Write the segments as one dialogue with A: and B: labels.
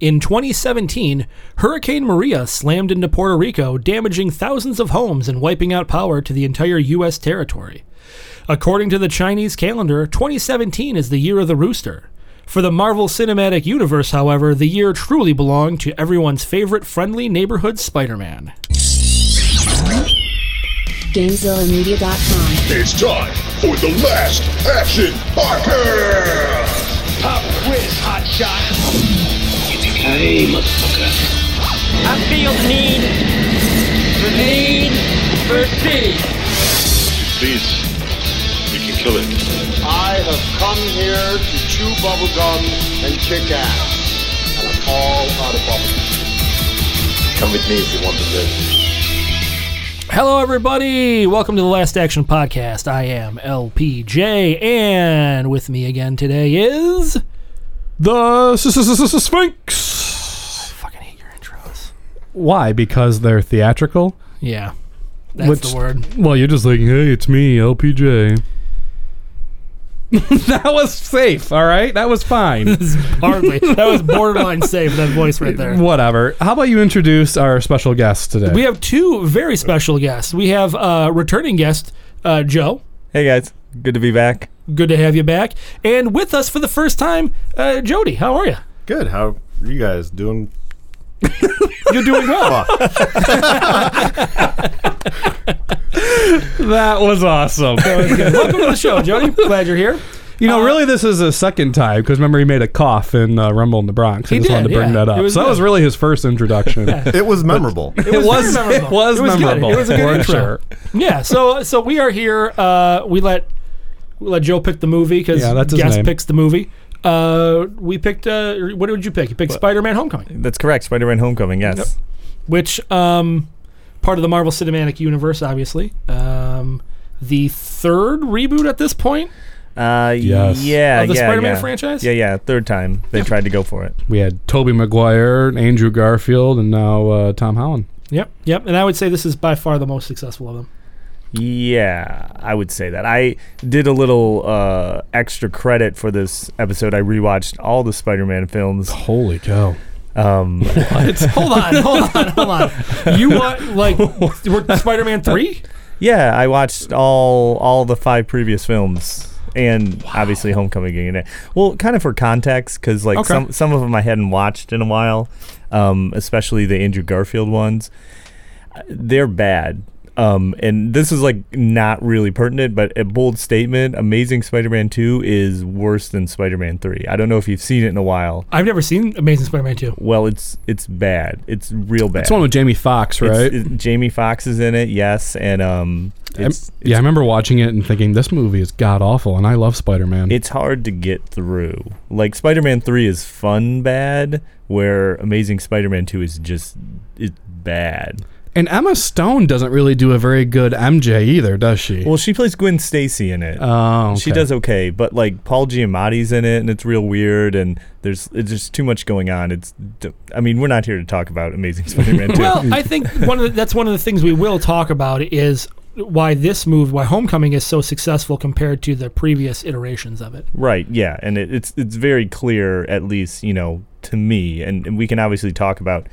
A: In 2017, Hurricane Maria slammed into Puerto Rico, damaging thousands of homes and wiping out power to the entire U.S. territory. According to the Chinese calendar, 2017 is the year of the rooster. For the Marvel Cinematic Universe, however, the year truly belonged to everyone's favorite friendly neighborhood Spider Man.
B: GameZillaMedia.com.
C: It's time for the last action podcast.
D: Pop quiz, hotshot.
E: Hey, motherfucker.
D: I feel the need, the need for speed.
C: Please, we can kill it.
F: I have come here to chew bubblegum and kick ass. And I'm all out of bubblegum.
G: Come with me if you want to live.
A: Hello, everybody. Welcome to the Last Action Podcast. I am LPJ, and with me again today is
H: The s- s- s- s- Sphinx.
A: fucking hate your intros.
H: Why? Because they're theatrical.
A: Yeah, that's
H: Which-
A: the word.
H: Well, you're just like, hey, it's me, LPJ. that was safe. All right, that was fine.
A: Hardly. that was borderline safe. That voice right there.
H: Whatever. How about you introduce our special guest today?
A: We have two very special guests. We have uh, returning guest uh, Joe.
I: Hey guys, good to be back.
A: Good to have you back, and with us for the first time, uh, Jody. How are you?
J: Good. How are you guys doing?
H: you're doing well. that was awesome. Uh,
A: Welcome to the show, Jody. Glad you're here.
H: You know, really, this is a second time because remember he made a cough in uh, Rumble in the Bronx. I
A: He
H: just wanted
A: did,
H: to bring
A: yeah.
H: that up.
A: It was
H: so
A: good.
H: that was really his first introduction. it
J: It was memorable.
H: was
A: very memorable.
H: it was
A: It was good.
H: memorable.
A: It was a good
H: for
A: intro.
H: sure.
A: Yeah, so so we are here. Uh, we let we let Joe pick the movie because
H: Yeah, that's his
A: guest
H: name.
A: picks the movie. Uh, we picked. Uh, what did you pick? You picked Spider-Man: Homecoming,
I: That's correct. Spider-Man: Homecoming. Yes.
A: which um, part of the Marvel Cinematic Universe, obviously. Um, the third reboot at this point.
I: Uh,
H: Yes.
I: Yeah.
A: Of Oh, the
I: yeah,
A: Spider-Man
I: yeah.
A: franchise?
I: Yeah, yeah. Third time they tried to go for it.
H: We had Toby Maguire, Andrew Garfield, and now uh, Tom Holland.
A: Yep, yep. And I would say this is by far the most successful of them.
I: Yeah, I would say that. I did a little uh, extra credit for this episode. I rewatched all the Spider-Man films.
H: Holy cow!
A: Oh.
I: Um,
A: hold on, hold on, hold on. You want like we're Spider-Man three?
I: yeah, I watched all all the five previous films. And obviously, Homecoming in it. Well, kind of for context, because like
A: Okay.
I: some some of them I hadn't watched in a while, um, especially the Andrew Garfield ones. they're bad. Um, and this is like not really pertinent, but a bold statement: Amazing Spider-Man Two is worse than Spider-Man Three. I don't know if you've seen it in a while.
A: I've never seen Amazing Spider-Man two.
I: Well, it's it's bad. It's real bad.
H: It's one with Jamie Foxx,
I: It's-
H: right?
I: it- Jamie Fox is in it, yes, and um,
H: I'm-
I: it's
H: yeah, I remember watching it and thinking this movie is god awful, and I love Spider Man.
I: it's hard to get through. Like Spider-Man Three is fun bad, where Amazing Spider-Man Two is just it's bad.
H: And Emma Stone doesn't really do a very good MJ either, does she?
I: Well, she plays Gwen Stacy in it.
H: oh,
I: She
H: okay.
I: does okay, but like Paul Giamatti's in it, and it's real weird, and there's it's just too much going on. It's, d- I mean, we're not here to talk about Amazing Spider-Man 2.
A: Well, I think one of the, that's one of the things we will talk about is why this move, why Homecoming is so successful compared to the previous iterations of it.
I: right? Yeah, and it, it's it's very clear, at least you know, to me, and, and we can obviously talk about.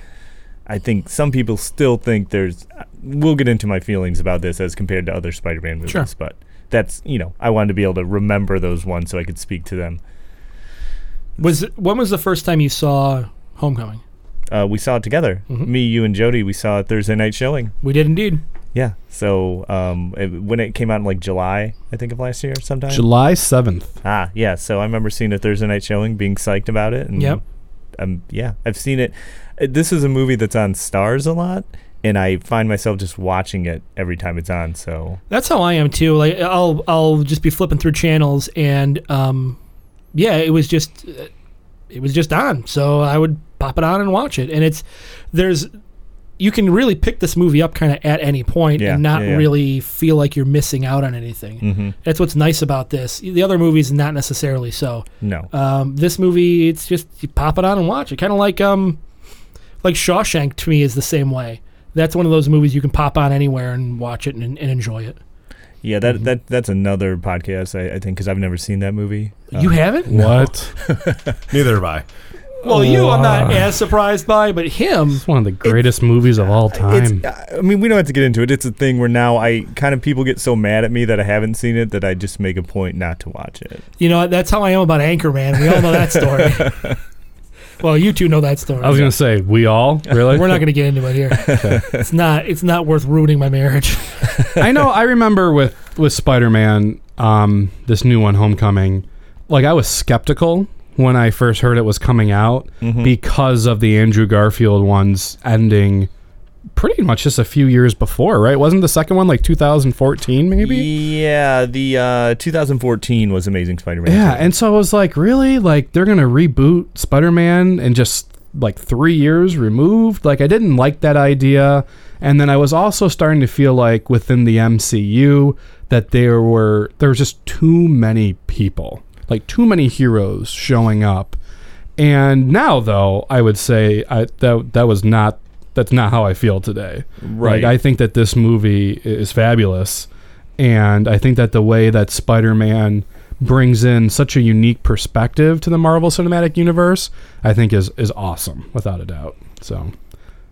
I: I think some people still think there's. uh, We'll get into my feelings about this as compared to other Spider-Man movies,
A: Sure.
I: but that's you know, I wanted to be able to remember those ones so I could speak to them.
A: Was it- when was the first time you saw Homecoming?
I: Uh, we saw it together, me, you, and Jody. We saw it Thursday night showing.
A: We did indeed.
I: Yeah. So um, it, when it came out in like July, I think of last year, sometime.
H: July seventh.
I: ah, yeah. So I remember seeing a Thursday night showing, being psyched about it. And
A: Yep.
I: Um, yeah, I've seen it. Uh, This is a movie that's on Stars a lot, and I find myself just watching it every time it's on. So
A: That's how I am too. Like I'll I'll just be flipping through channels and um, yeah, it was just uh, it was just on. So I would pop it on and watch it. And it's there's you can really pick this movie up kind of at any point
I: Yeah,
A: and not
I: yeah, Mm-hmm. yeah.
A: really feel like you're missing out on anything. That's what's nice about this. The other movies not necessarily so.
I: no.
A: Um, this movie it's just you pop it on and watch it. Kind of like um like Shawshank to me is the same way. That's one of those movies you can pop on anywhere and watch it and, and enjoy it.
I: yeah, that, that that's another Uh,
A: Uh,
I: podcast I, I think because I've never seen that movie.
A: You haven't?
H: What?
J: Neither have I.
A: Well, you, I'm not as surprised by, but him.
H: It's one of the greatest movies of all time.
I: uh, It's, I mean, we don't have to get into it. It's a thing where now I kind of people get so mad at me that I haven't seen it that I just make a point not to watch it.
A: You know, that's how I am about Anchorman. We all know that story. well, you two know that story.
H: I was gonna say we all really.
A: We're not going to get into it here. It's not. It's not worth ruining my marriage.
H: I know. I remember with with Spider Man, um, this new one, Homecoming. Like I was skeptical when I first heard it was coming out because of the Andrew Garfield one's ending. Pretty much just a few years before, right? Wasn't the second one like 2014, maybe?
I: Yeah, the uh, 2014 was Amazing Spider-Man.
H: Yeah, and so I was like, really? Like they're gonna reboot Spider-Man and just like three years removed? Like I didn't like that idea. And then I was also starting to feel like within the MCU that there were there was just too many people, like too many heroes showing up. And now though, I would say I, that that was not that's not how I feel today. Like,
I: Right.
H: I think that this movie i- is fabulous and I think that the way that Spider-Man brings in such a unique perspective to the Marvel Cinematic Universe, I think is is awesome without a doubt. So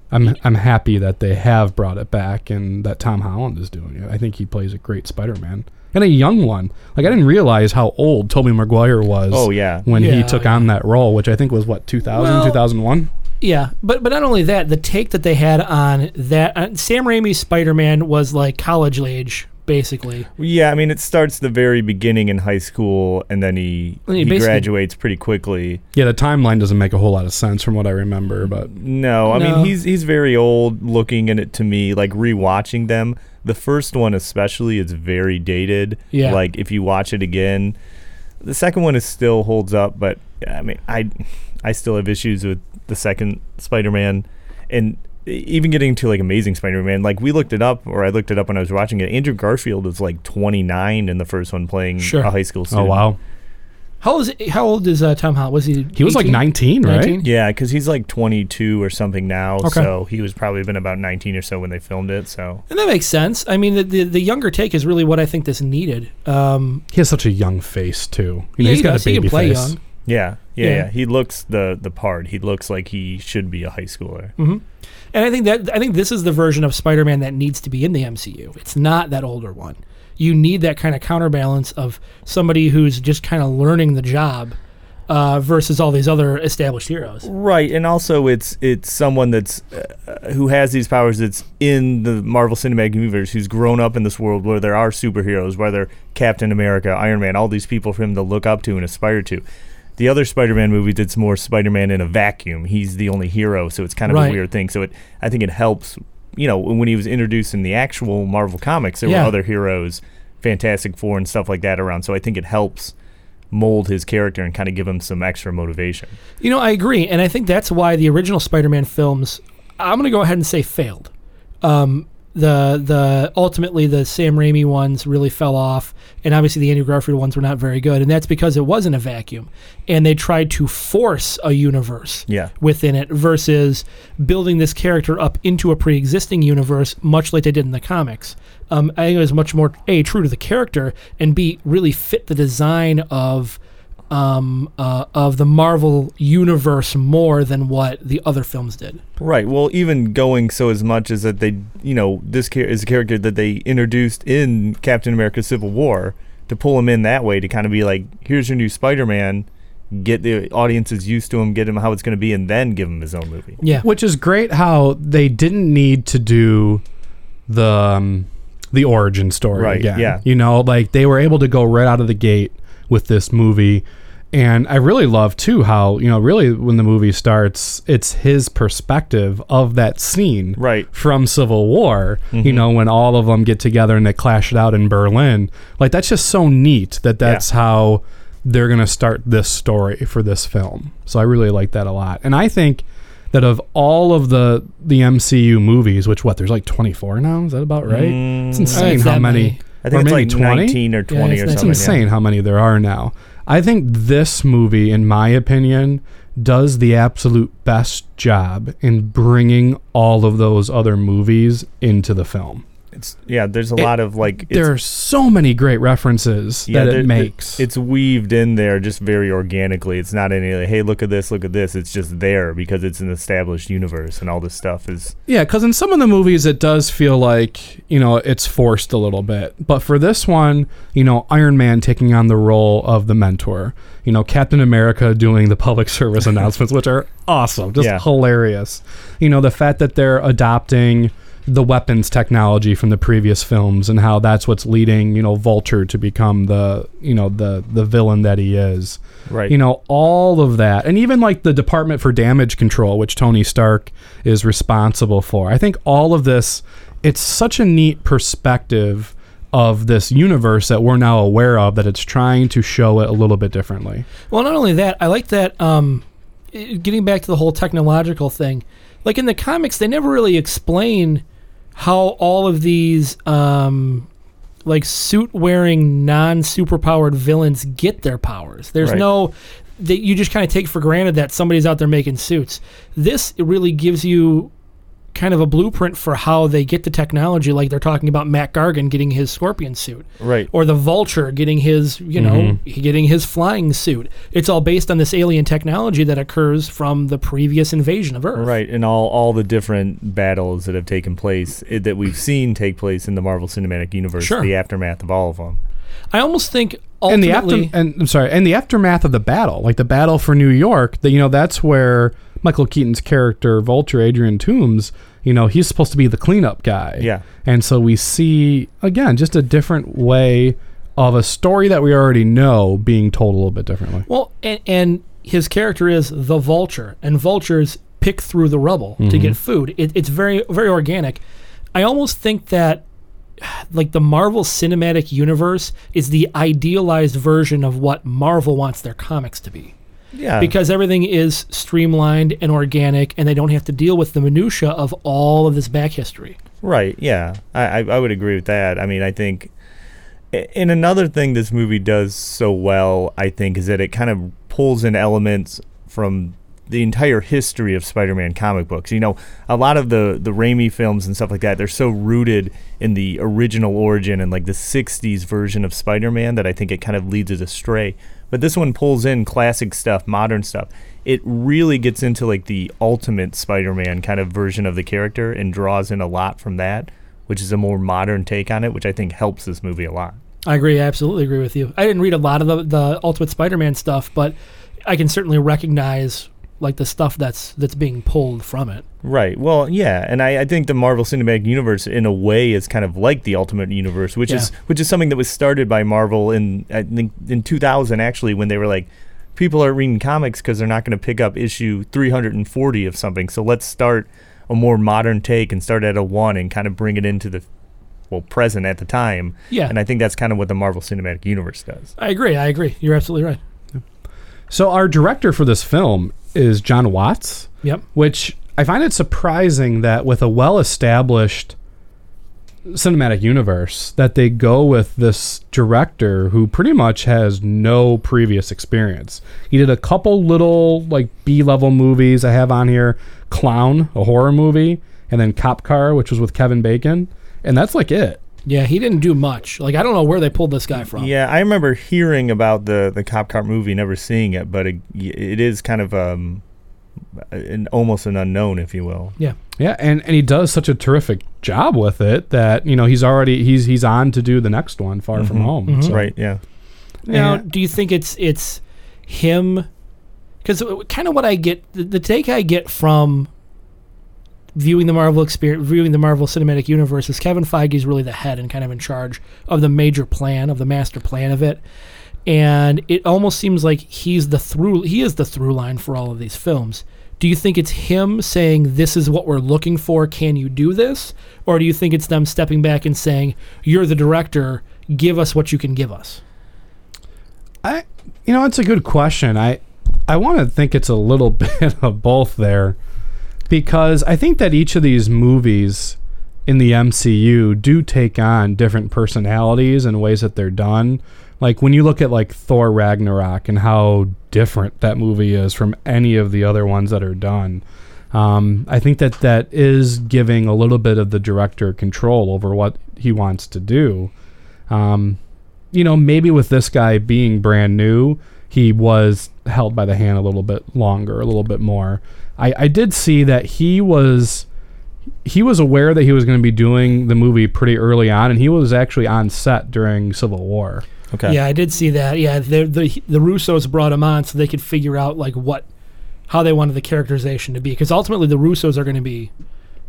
H: I'm I'm happy that they have brought it back and that Tom Holland is doing it. I think he plays a great Spider-Man and a young one. Like I didn't realize how old Tobey Maguire was.
I: Oh, yeah.
H: when he
A: Yeah,
H: took
A: yeah.
H: on that role, which I think was what 2000,
A: Well-
H: 2001.
A: Yeah, but but not only that, the take that they had on that on Sam Raimi's Spider Man was like college age, basically.
I: Yeah, I mean, it starts the very beginning in high school, and then he
A: And he
I: he
A: basically-
I: graduates pretty quickly.
H: Yeah, the timeline doesn't make a whole lot of sense from what I remember, but
I: No, I
A: No.
I: mean he's he's very old looking in it to me. Like rewatching them, the first one especially is very dated.
A: Yeah.
I: Like if you watch it again, the second one is still holds up, but I mean I I still have issues with the second Spider-Man, and e, even getting to like Amazing Spider-Man. Like we looked it up, or I looked it up when I was watching it. Andrew Garfield was like 29 in the first one, playing
A: Sure.
I: a high school
H: oh
I: student.
H: wow.
A: How old is how old is uh, Tom Holland? Was he?
H: He was like 19, right?
A: 19?
I: Yeah, because he's like 22 or something now,
A: Okay.
I: so he was probably been about 19 or so when they filmed it. So
A: And that makes sense. I mean, the, the the younger take is really what I think this needed. Um,
H: He has such a young face too. You
A: yeah,
H: know, he's
A: he
H: got
A: does.
H: a
A: He
H: baby
A: can play
H: face.
A: young.
I: Yeah, yeah,
A: Yeah.
I: yeah, He looks the the part. He looks like he should be a high schooler.
A: And I think that I think this is the version of Spider-Man that needs to be in the MCU. It's not that older one. You need that kind of counterbalance of somebody who's just kind of learning the job uh, versus all these other established heroes.
I: Right, and also it's it's someone that's uh, who has these powers that's in the Marvel Cinematic Universe who's grown up in this world where there are superheroes, whether Captain America, Iron Man, all these people for him to look up to and aspire to. The other Spider-Man movie that's more Spider-Man in a vacuum. He's the only hero, so it's kind of
A: Right.
I: a weird thing. So it I think it helps, you know, when he was introduced in the actual Marvel comics, there
A: Yeah.
I: were other heroes, Fantastic Four and stuff like that around. So I think it helps mold his character and kind of give him some extra motivation.
A: You know, I agree, and I think that's why the original Spider-Man films. I'm going to go ahead and say failed. Um, the the ultimately the Sam Raimi ones really fell off, and obviously the Andrew Garfield ones were not very good, and that's because it wasn't a vacuum, and they tried to force a universe
I: Yeah.
A: within it versus building this character up into a pre-existing universe, much like they did in the comics. Um, I think it was much more a true to the character, and b really fit the design of um, uh, of the Marvel universe more than what the other films did.
I: Right. Well, even going so as much as that they, you know, this char- is a character that they introduced in Captain America: Civil War to pull him in that way to kind of be like, here's your new Spider-Man, get the audiences used to him, get him how it's going to be, and then give him his own movie.
A: Yeah.
H: Which is great how they didn't need to do the um, the origin story
I: Right,
H: again.
I: yeah.
H: You know, like they were able to go right out of the gate with this movie. And I really love too how, you know, really when the movie starts, it's his perspective of that scene
I: Right.
H: from Civil War, you know, when all of them get together and they clash it out in Berlin. Like that's just so neat that that's how they're going to start this story for this film. So I really like that a lot. And I think that of all of the the MCU movies, which what there's like 24 now, is that about right? it's insane
A: It's
H: how
A: that
H: many.
A: many.
I: I think
H: or
I: it's
H: maybe
I: like 19 or 20
A: it's
I: or
A: nice.
I: something.
H: it's
I: yeah.
H: insane how many there are now. I think this movie, in my opinion, does the absolute best job in bringing all of those other movies into the film.
I: It's yeah. There's a lot of like it's,
H: there are so many great references
I: yeah,
H: that
I: there-
H: it
I: there-
H: makes.
I: It's weaved in there just very organically. It's not any like, hey, look at this, look at this. It's just there because it's an established universe, and all this stuff is
H: Yeah, because in some of the movies, it does feel like, you know, it's forced a little bit. But for this one, you know, Iron Man taking on the role of the mentor, you know, Captain America doing the public service announcements, which are awesome, just
I: Yeah.
H: hilarious. You know, the fact that they're adopting the weapons technology from the previous films and how that's what's leading, you know, Vulture to become the, you know, the the villain that he is
I: right.
H: you know all of that and even like the department for damage control which tony stark is responsible for i think all of this it's such a neat perspective of this universe that we're now aware of that it's trying to show it a little bit differently
A: Well, not only that, I like that. Um, i- getting back to the whole technological thing, like in the comics, they never really explain how all of these um, like suit-wearing non-superpowered villains get their powers. There's
I: Right.
A: no that you just kind of take for granted that somebody's out there making suits. This really gives you kind of a blueprint for how they get the technology like they're talking about Matt Gargan getting his scorpion suit
I: Right.
A: or the vulture getting his you know getting his flying suit it's all based on this alien technology that occurs from the previous invasion of earth
I: Right, and all, all the different battles that have taken place eh, that we've seen take place in the Marvel Cinematic Universe,
A: Sure.
I: the aftermath of all of them.
A: i almost think
H: and
A: ultimately
H: the after and I'm sorry, and the aftermath of the battle, like the battle for New York, that you know that's where Michael Keaton's character Vulture Adrian Toombs, you know, he's supposed to be the cleanup guy.
I: Yeah.
H: And so we see again just a different way of a story that we already know being told a little bit differently.
A: well and, and his character is the vulture and vultures pick through the rubble to get food it, it's very very organic i almost think that like the Marvel Cinematic Universe is the idealized version of what Marvel wants their comics to be.
I: Yeah.
A: because everything is streamlined and organic and they don't have to deal with the minutia of all of this back history
I: Right. Yeah, I, I I would agree with that. I mean, I think, a- and another thing this movie does so well, I think, is that it kind of pulls in elements from the entire history of Spider-Man comic books. You know, a lot of the the Raimi films and stuff like that, they're so rooted in the original origin and like the '60s version of Spider-Man that I think it kind of leads it astray. But this one pulls in classic stuff, modern stuff. It really gets into like the ultimate Spider-Man kind of version of the character and draws in a lot from that, which is a more modern take on it, which I think helps this movie a lot.
A: i agree i absolutely agree with you i didn't read a lot of the, the ultimate spider-man stuff but i can certainly recognize like the stuff that's that's being pulled from it
I: Right. Well, yeah, and I, I think the Marvel Cinematic Universe, in a way, is kind of like the Ultimate Universe, which is
A: Yeah.
I: which is something that was started by Marvel in I think in 2000 actually when they were like, people are reading comics because they're not going to pick up issue 340 of something, so let's start a more modern take and start at a one and kind of bring it into the well present at the time.
A: Yeah.
I: And I think that's kind of what the Marvel Cinematic Universe does.
A: i agree i agree you're absolutely right
H: So our director for this film is John Watts.
A: yep
H: which I find it surprising that with a well-established cinematic universe that they go with this director who pretty much has no previous experience. He did a couple little like B-level movies I have on here, Clown, a horror movie, and then Cop Car, which was with Kevin Bacon, and that's like it.
A: yeah he didn't do much like i don't know where they pulled this guy from
I: Yeah, I remember hearing about the the cop car movie, never seeing it, but it, it is kind of um, an almost an unknown, if you will.
A: yeah
H: Yeah, and, and he does such a terrific job with it that, you know, he's already he's he's on to do the next one, Far From Home. So-
I: Right? Yeah.
A: Now,
H: Yeah.
A: do you think it's it's him? Because kind of what I get, the, the take I get from viewing the Marvel experience, viewing the Marvel Cinematic Universe, is Kevin Feige is really the head and kind of in charge of the major plan, of the master plan of it, and it almost seems like he's the through, he is the through line for all of these films. Do you think it's him saying this is what we're looking for? Can you do this? Or do you think it's them stepping back and saying you're the director, give us what you can give us?
H: I, you know, it's a good question. I, I want to think it's a little bit of both there, because I think that each of these movies in the MCU do take on different personalities and ways that they're done. Like when you look at like Thor Ragnarok and how different that movie is from any of the other ones that are done. Um, I think that that is giving a little bit of the director control over what he wants to do. Um, you know, maybe with this guy being brand new, he was held by the hand a little bit longer, a little bit more. I, I did see that he was he was aware that he was going to be doing the movie pretty early on, and he was actually on set during Civil War.
I: Okay.
A: Yeah, I did see that. Yeah, the the the Russos brought him on so they could figure out like what how they wanted the characterization to be because ultimately the Russos are going to be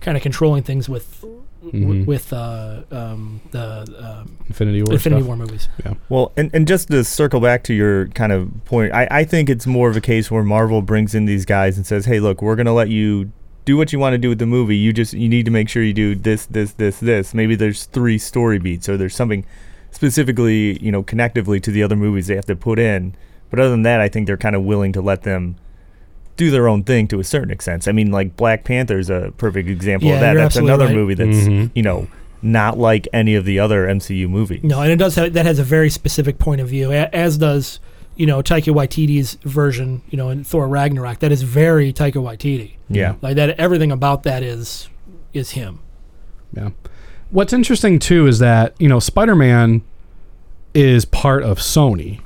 A: kind of controlling things with
H: Mm-hmm.
A: w with uh, um, the um
H: Infinity War.
A: Infinity
H: stuff.
A: War movies.
I: Well, and, and just to circle back to your kind of point, I, I think it's more of a case where Marvel brings in these guys and says, hey, look, we're going to let you do what you want to do with the movie. You just, you need to make sure you do this, this, this, this. Maybe there's three story beats or there's something specifically, you know, connectively to the other movies they have to put in. But other than that, I think they're kind of willing to let them do their own thing to a certain extent. I mean, like Black Panther's a perfect example
A: Yeah,
I: of that.
A: you're
I: That's
A: absolutely
I: another
A: right.
I: movie that's,
H: Mhm.
I: you know, not like any of the other MCU movies.
A: No, and it does have that has a very specific point of view, a- as does you know Taika Waititi's version, you know, in Thor Ragnarok. That is very Taika Waititi.
I: Yeah.
A: like that. Everything about that is is him.
H: Yeah. What's interesting too is that, you know, Spider Man is part of Sony.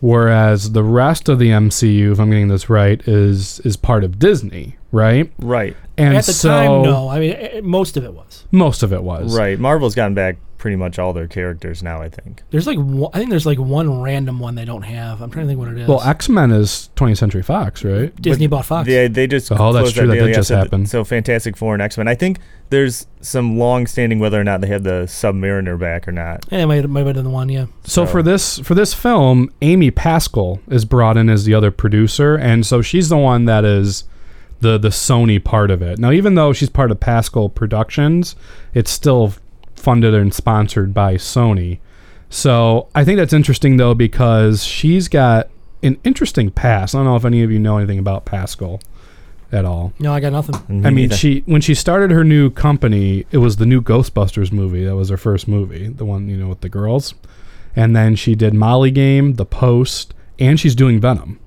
H: Whereas the rest of the MCU, if I'm getting this right, is is part of Disney, right?
I: Right.
H: And
A: At the
H: so
A: time, no. I mean, eh, eh, most of it was.
H: most of it was.
I: Right. Marvel's gotten back pretty much all their characters now, I think.
A: There's like one, I think there's like one random one they don't have. I'm trying to think what it is.
H: Well, X Men is 20th Century Fox, right?
A: Disney bought Fox.
I: They, they just
H: Oh, that's
I: closed
H: true. That did
I: daily
H: just
I: asset.
H: happen.
I: So Fantastic Four and X Men. I think there's some long standing whether or not they have the Submariner back or not.
A: Yeah, it might, might have been the one. Yeah,
H: So for this for this film, Amy Pascal is brought in as the other producer, and so she's the one that is the the Sony part of it. Now, even though she's part of Pascal Productions, it's still funded and sponsored by Sony. So I think that's interesting though because she's got an interesting past. I don't know if any of you know anything about Pascal at all.
A: no, I got nothing.
H: I mean, she when she started her new company, it was the new Ghostbusters movie. That was her first movie, the one you know with the girls. And then she did Molly Game, The Post, and she's doing Venom.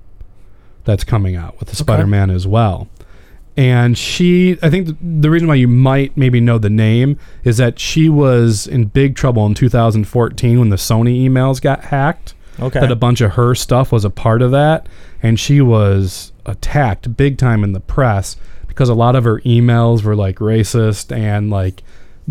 H: That's coming out with the Spider-Man as well. And she, I think th- the reason why you might maybe know the name is that she was in big trouble in 2014 when the Sony emails got hacked
I: Okay.
H: that a bunch of her stuff was a part of that and she was attacked big time in the press because a lot of her emails were like racist and like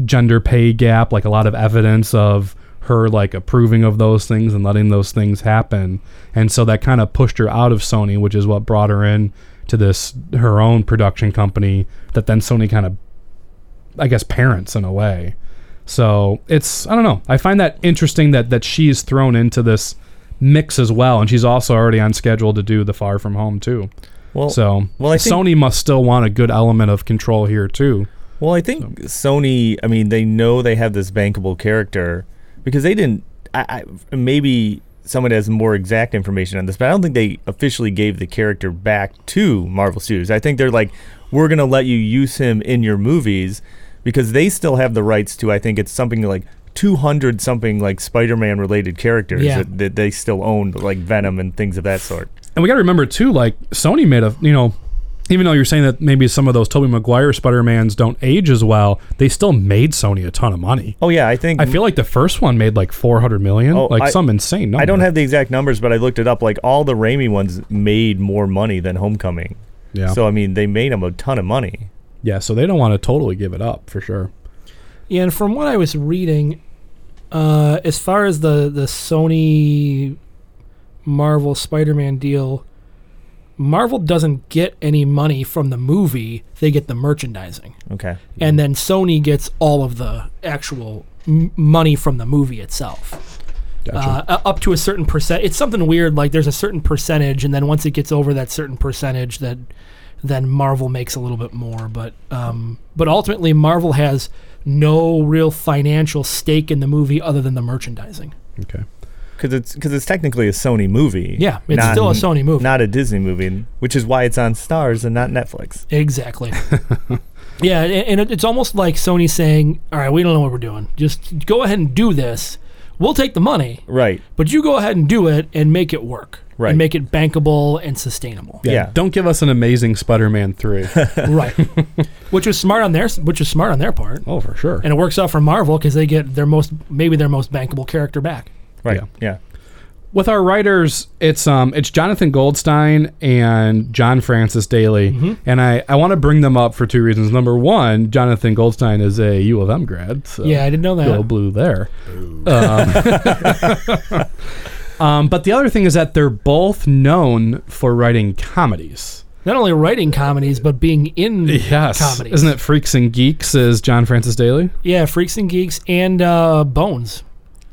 H: gender pay gap like a lot of evidence of her like approving of those things and letting those things happen and so that kind of pushed her out of sony which is what brought her in to this her own production company that then sony kind of i guess parents in a way so it's I don't know. I find that interesting that that she's thrown into this mix as well, and she's also already on schedule to do the Far From Home too.
I: well,
H: So
I: well, I think-
H: Sony must still want a good element of control here too.
I: Well, I think Sony. I mean, they know they have this bankable character because they didn't. I, I maybe someone has more exact information on this, but I don't think they officially gave the character back to Marvel Studios. I think they're like, we're gonna let you use him in your movies because they still have the rights to. I think it's something like. 200 something like Spider-Man related characters
A: Yeah.
I: that, that they still own like Venom and things of that sort.
H: And we got to remember too, like Sony made a you know, even though you're saying that maybe some of those Tobey Maguire Spider Mans don't age as well, they still made Sony a ton of money.
I: Oh yeah, I think
H: I feel like the first one made like four hundred million,
I: Oh,
H: like
I: I-
H: some insane number.
I: I don't have the exact numbers, but I looked it up. Like all the Raimi ones made more money than Homecoming.
H: yeah,
I: So I mean, they made him a ton of money.
H: yeah. So they don't want to totally give it up for sure.
A: Yeah, and from what I was reading, uh, as far as the the Sony Marvel Spider-Man deal, Marvel doesn't get any money from the movie; they get the merchandising,
I: Okay.
A: and then Sony gets all of the actual m- money from the movie itself. Uh, u- up to a certain percent, it's something weird. Like there's a certain percentage, and then once it gets over that certain percentage, that then Marvel makes a little bit more. But um, but ultimately, Marvel has no real financial stake in the movie other than the merchandising.
H: okay.
I: Because it's because it's technically a Sony movie.
A: Yeah, it's still a Sony movie.
I: not a Disney movie, which is why it's on Stars and not Netflix.
A: Exactly. yeah, a- and it- it's almost like Sony saying, "All right, we don't know what we're doing. Just go ahead and do this. We'll take the money,
I: Right.
A: but you go ahead and do it and make it work.
I: Right.
A: And make it bankable and sustainable.
I: Yeah.
H: Don't give us an amazing Spider-Man three.
A: Right. which was smart on their which was smart on their part.
H: oh, for sure.
A: And it works out for Marvel because they get their most maybe their most bankable character back.
I: Right.
H: Yeah.
I: Yeah.
H: with our writers, it's um it's Jonathan Goldstein and John Francis Daly, and I I want to bring them up for two reasons. Number one, Jonathan Goldstein is a U of M grad. So
A: Yeah, I didn't know that.
H: Go blue there. Um, um, but the other thing is that they're both known for writing comedies.
A: Not only writing comedies, but being in comedies.
H: Isn't it Freaks and Geeks is John Francis Daly?
A: Yeah, Freaks and Geeks and uh, Bones.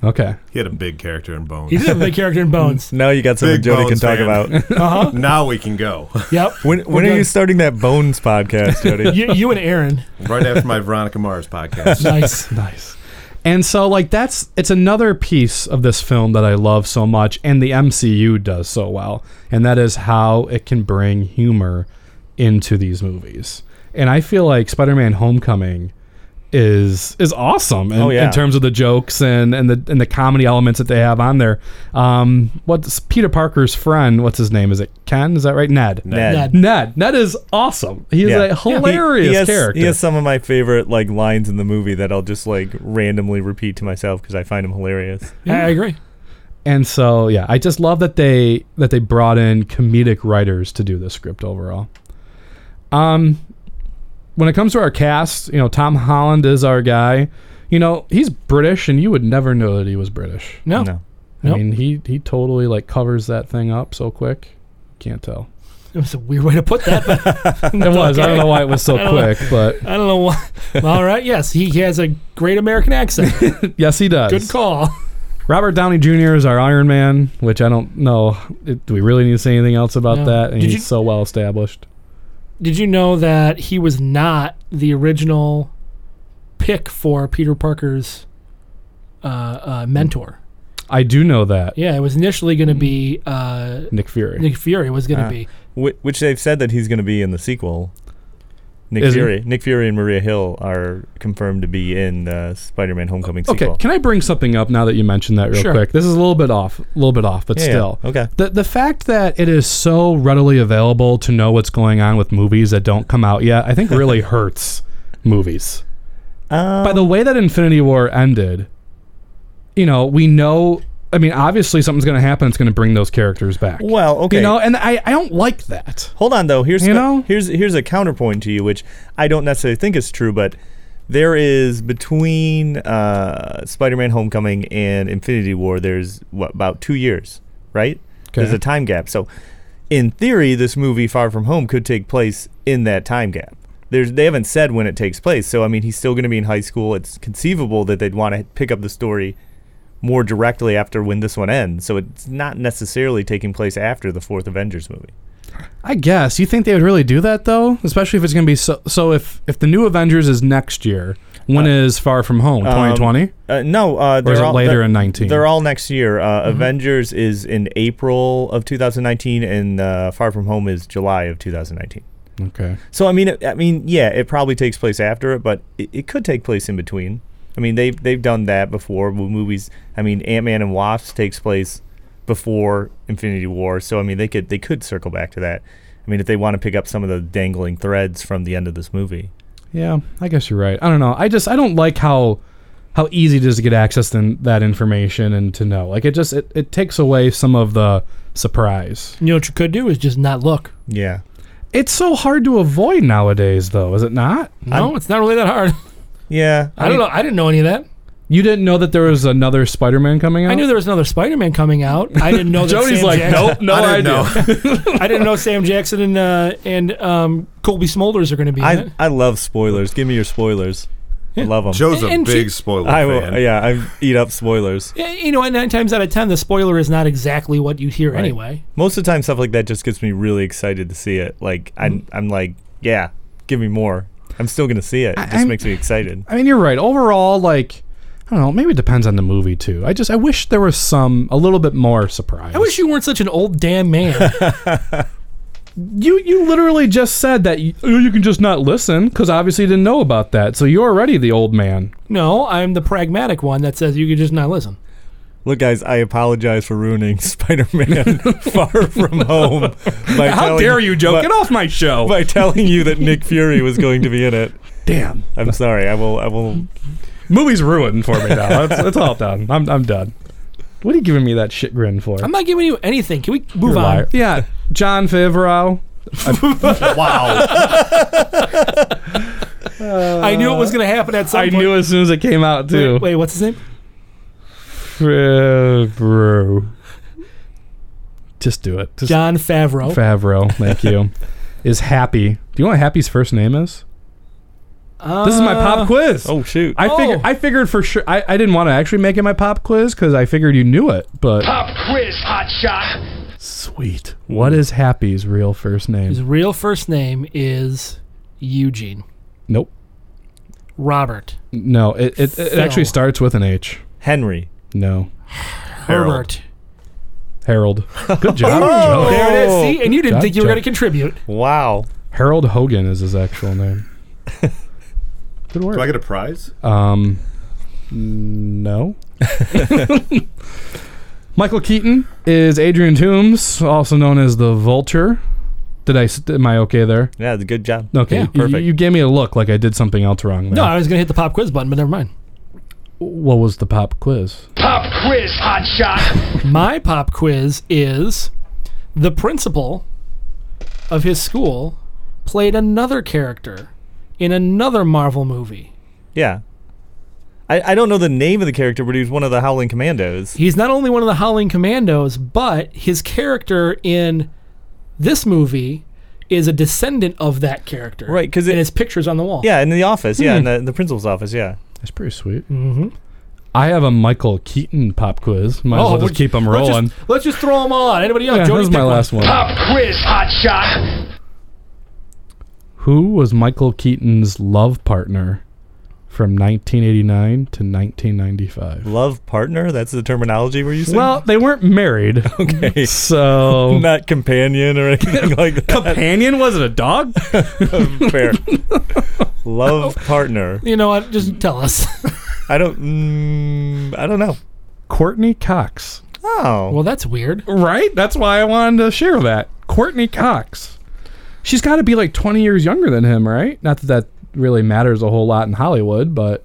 H: Okay.
J: He had a big character in Bones.
A: He did have a big character in Bones.
I: Now you got something
J: Big
I: Jody can
J: Bones
I: talk
J: fan.
I: about.
J: now we can go.
A: Yep.
I: when when
A: We're
I: are you
A: done.
I: starting that Bones podcast, Jody?
A: you, you and Aaron.
J: right after my Veronica Mars podcast.
A: Nice.
H: Nice. And so like that's it's another piece of this film that I love so much and the MCU does so well. And that is how it can bring humor into these movies. And I feel like Spider-Man Homecoming is is awesome in,
I: Oh, yeah.
H: in terms of the jokes and, and the and the comedy elements that they have on there. Um, what's Peter Parker's friend? What's his name? Is it Ken? Is that right? Ned.
I: Ned.
A: Ned.
H: Ned. Ned is awesome. He is
I: Yeah.
H: a hilarious
I: He- he has,
H: character.
I: He has some of my favorite like lines in the movie that I'll just like randomly repeat to myself because I find him hilarious.
A: I I agree.
H: and so yeah i just love that they that they brought in comedic writers to do this script overall um when it comes to our cast you know tom holland is our guy you know he's british and you would never know that he was british
A: No.
I: No.
A: Nope.
H: i mean he he totally like covers that thing up so quick can't tell
A: It was a weird way to put that, but
H: it was i don't know why it was so quick but
A: I don't know why. All right. Yes, he has a great American accent.
H: yes he does
A: Good call.
H: robert downey jr is our iron man which i don't know it- do we really need to say anything else about
A: No.
H: that and
A: Did
H: he's
A: you-
H: so well established
A: Did you know that he was not the original pick for Peter Parker's uh, uh, mentor?
H: i do know that
A: Yeah, it was initially going to be uh,
H: Nick Ah. Fury.
A: Nick Fury was going to be.
I: Wh- which they've said that he's going to be in the sequel. Nick
H: Is he?
I: Fury, Nick Fury, and Maria Hill are confirmed to be in the Spider-Man: Homecoming
H: okay,
I: sequel.
H: can I bring something up now that you mentioned that real
A: Sure.
H: quick? This is a little bit off, a little bit off, but
I: Yeah, yeah.
H: still.
I: Okay.
H: The the fact that it is so readily available to know what's going on with movies that don't come out yet, I think really hurts movies.
I: Um,
H: By the way that Infinity War ended, you know, we know I mean, obviously something's going to happen. It's going to bring those characters back.
I: Well, okay.
H: You know, and I, I don't like that.
I: Hold on though. Here's
H: You know?
I: here's here's a counterpoint to you, which I don't necessarily think is true, but there is between uh, Spider-Man: Homecoming and Infinity War. There's what about two years, right? There's
H: Okay.
I: a time gap. So, in theory, this movie Far From Home could take place in that time gap. There's, they haven't said when it takes place, so I mean he's still going to be in high school. It's conceivable that they'd want to pick up the story more directly after when this one ends. So it's not necessarily taking place after the fourth Avengers movie.
H: I guess you think they would really do that though, especially if it's going to be so. So if if the new Avengers is next year, when is Far From Home? Twenty twenty.
I: Uh, no, uh, they're
H: is it
I: all,
H: later
I: they're-
H: in Mm-hmm. 19?
I: They're all next year. Uh, Avengers is in April of 2019, and uh, Far From Home is July of 2019.
H: Okay.
I: So I mean, it, I mean, yeah, it probably takes place after it, but it, it could take place in between. I mean, they've they've done that before with movies. I mean, Ant Man and Wasp takes place before Infinity War, so I mean, they could they could circle back to that. I mean, if they want to pick up some of the dangling threads from the end of this movie.
H: Yeah, I guess you're right. I don't know. I just I don't like how how easy it is to get access to that information and to know. Like it just it, it takes away some of the surprise.
A: You know what you could do is just not look.
I: Yeah.
H: It's so hard to avoid nowadays though, is it not?
A: No, it's not really that hard.
I: Yeah.
A: I don't know. I didn't know any of that.
H: You didn't know that there was another Spider-Man coming out?
A: I knew there was another Spider-Man coming out. I didn't know. That
H: Jody's
A: Sam
H: like,
A: Jackson,
H: nope, no
J: I
H: idea.
J: didn't know.
A: I didn't know Sam Jackson and uh, and um, Colby Smolders are going to be. in
I: I,
A: it.
I: I love spoilers. Give me your spoilers. I love them.
J: Joe's a
A: And she-
J: big spoiler
I: I will.
J: fan.
I: Yeah, I eat up spoilers.
A: Yeah, you know, and nine times out of ten, the spoiler is not exactly what you hear anyway.
I: Most of the time, stuff like that just gets me really excited to see it. Like
B: Mm.
I: I'm, I'm like, yeah, give me more. I'm still gonna see it. It just
H: I'm-
I: makes me excited.
H: I mean, you're right. Overall, like, I don't know. Maybe it depends on the movie too. I just I wish there was some a little bit more surprise.
A: I wish you weren't such an old damn man.
H: you you literally just said that you, you can just not listen because obviously you didn't know about that. So you're already the old man.
A: no, I'm the pragmatic one that says you could just not listen.
I: Look, guys, I apologize for ruining Spider-Man: Far From Home. By
B: How
I: telling-
B: dare you, Joe?
I: by-
B: Get off my show.
I: By telling you that Nick Fury was going to be in it.
B: Damn.
I: I'm sorry. I will. I will.
B: Movie's ruined for me now. That's, that's all done. I'm, I'm done.
H: What are you giving me that shit grin for?
A: I'm not giving you anything. Can we move
B: You're a
A: on?
B: liar.
H: yeah, John Favreau.
J: wow.
A: I knew it was going to happen at some
H: I
A: point.
H: knew as soon as it came out too.
A: Wait, wait, what's his name?
H: Favreau. Just do it. Just
A: John Favreau.
H: Favreau. Thank you. Is Happy. Do you know what Happy's first name is? This is my
A: Uh,
H: pop quiz.
I: Oh shoot!
H: I figured.
A: Oh.
H: I figured for sure. I, I didn't want to actually make it my pop quiz because I figured you knew it. But
E: Pop quiz, hot shot.
H: sweet. What is Happy's real first
A: His
H: name?
A: real first name is Eugene
H: Nope.
A: Robert
H: No. It it, it actually
A: Phil.
H: starts with an H.
I: Henry.
H: No.
A: Herbert.
H: Harold. Good job.
J: Oh.
H: Joe.
A: There it is. See, and you didn't
H: Job,
A: think you were
H: Joe.
A: going to contribute.
I: Wow.
H: Harold Hogan is his actual name. Good
J: Do I
H: work.
J: get a prize?
H: Um, no. Michael Keaton is Adrian Toomes, also known as the Vulture. Did I? s- Am I okay there?
I: Yeah, it's a good job.
H: Okay,
I: Yeah,
H: you-
I: perfect.
H: You, gave me a look like I did something else wrong. There.
A: No, I was going to hit the pop quiz button, but never mind.
H: What was the pop quiz?
E: Pop quiz, hot shot.
A: My pop quiz is the principal of his school played another character in another Marvel movie.
I: yeah. I, I don't know the name of the character, but he was one of the Howling Commandos.
A: He's not only one of the Howling Commandos, but his character in this movie is a descendant of that character.
I: Right, 'cause it-
A: and his picture's on the wall.
I: Yeah, in the office. Yeah,
H: Hmm.
I: in the, the principal's office. Yeah.
H: That's pretty sweet. Mm-hmm. I have a Michael Keaton pop quiz. Might as well
A: we'll-
H: just keep them
A: Oh, let's just-
H: rolling.
A: Let's just, throw them on. Anybody else?
H: yeah, that
A: Jody's
H: was my
A: pick one.
H: last one.
E: Pop quiz, hot shot.
H: Who was Michael Keaton's love partner from 1989 to 1995?
I: Love partner. That's the terminology we're using.
H: Well, they weren't married.
I: okay.
H: So
I: Not companion or anything like that.
H: companion was it a dog?
I: Fair. Love partner.
A: You know what? Just tell us.
I: I don't. Mm, I don't know.
H: Courtney Cox.
I: Oh.
A: well, that's weird.
H: Right? That's why I wanted to share that. Courtney Cox. She's got to be like 20 years younger than him, right? Not that that really matters a whole lot in Hollywood, but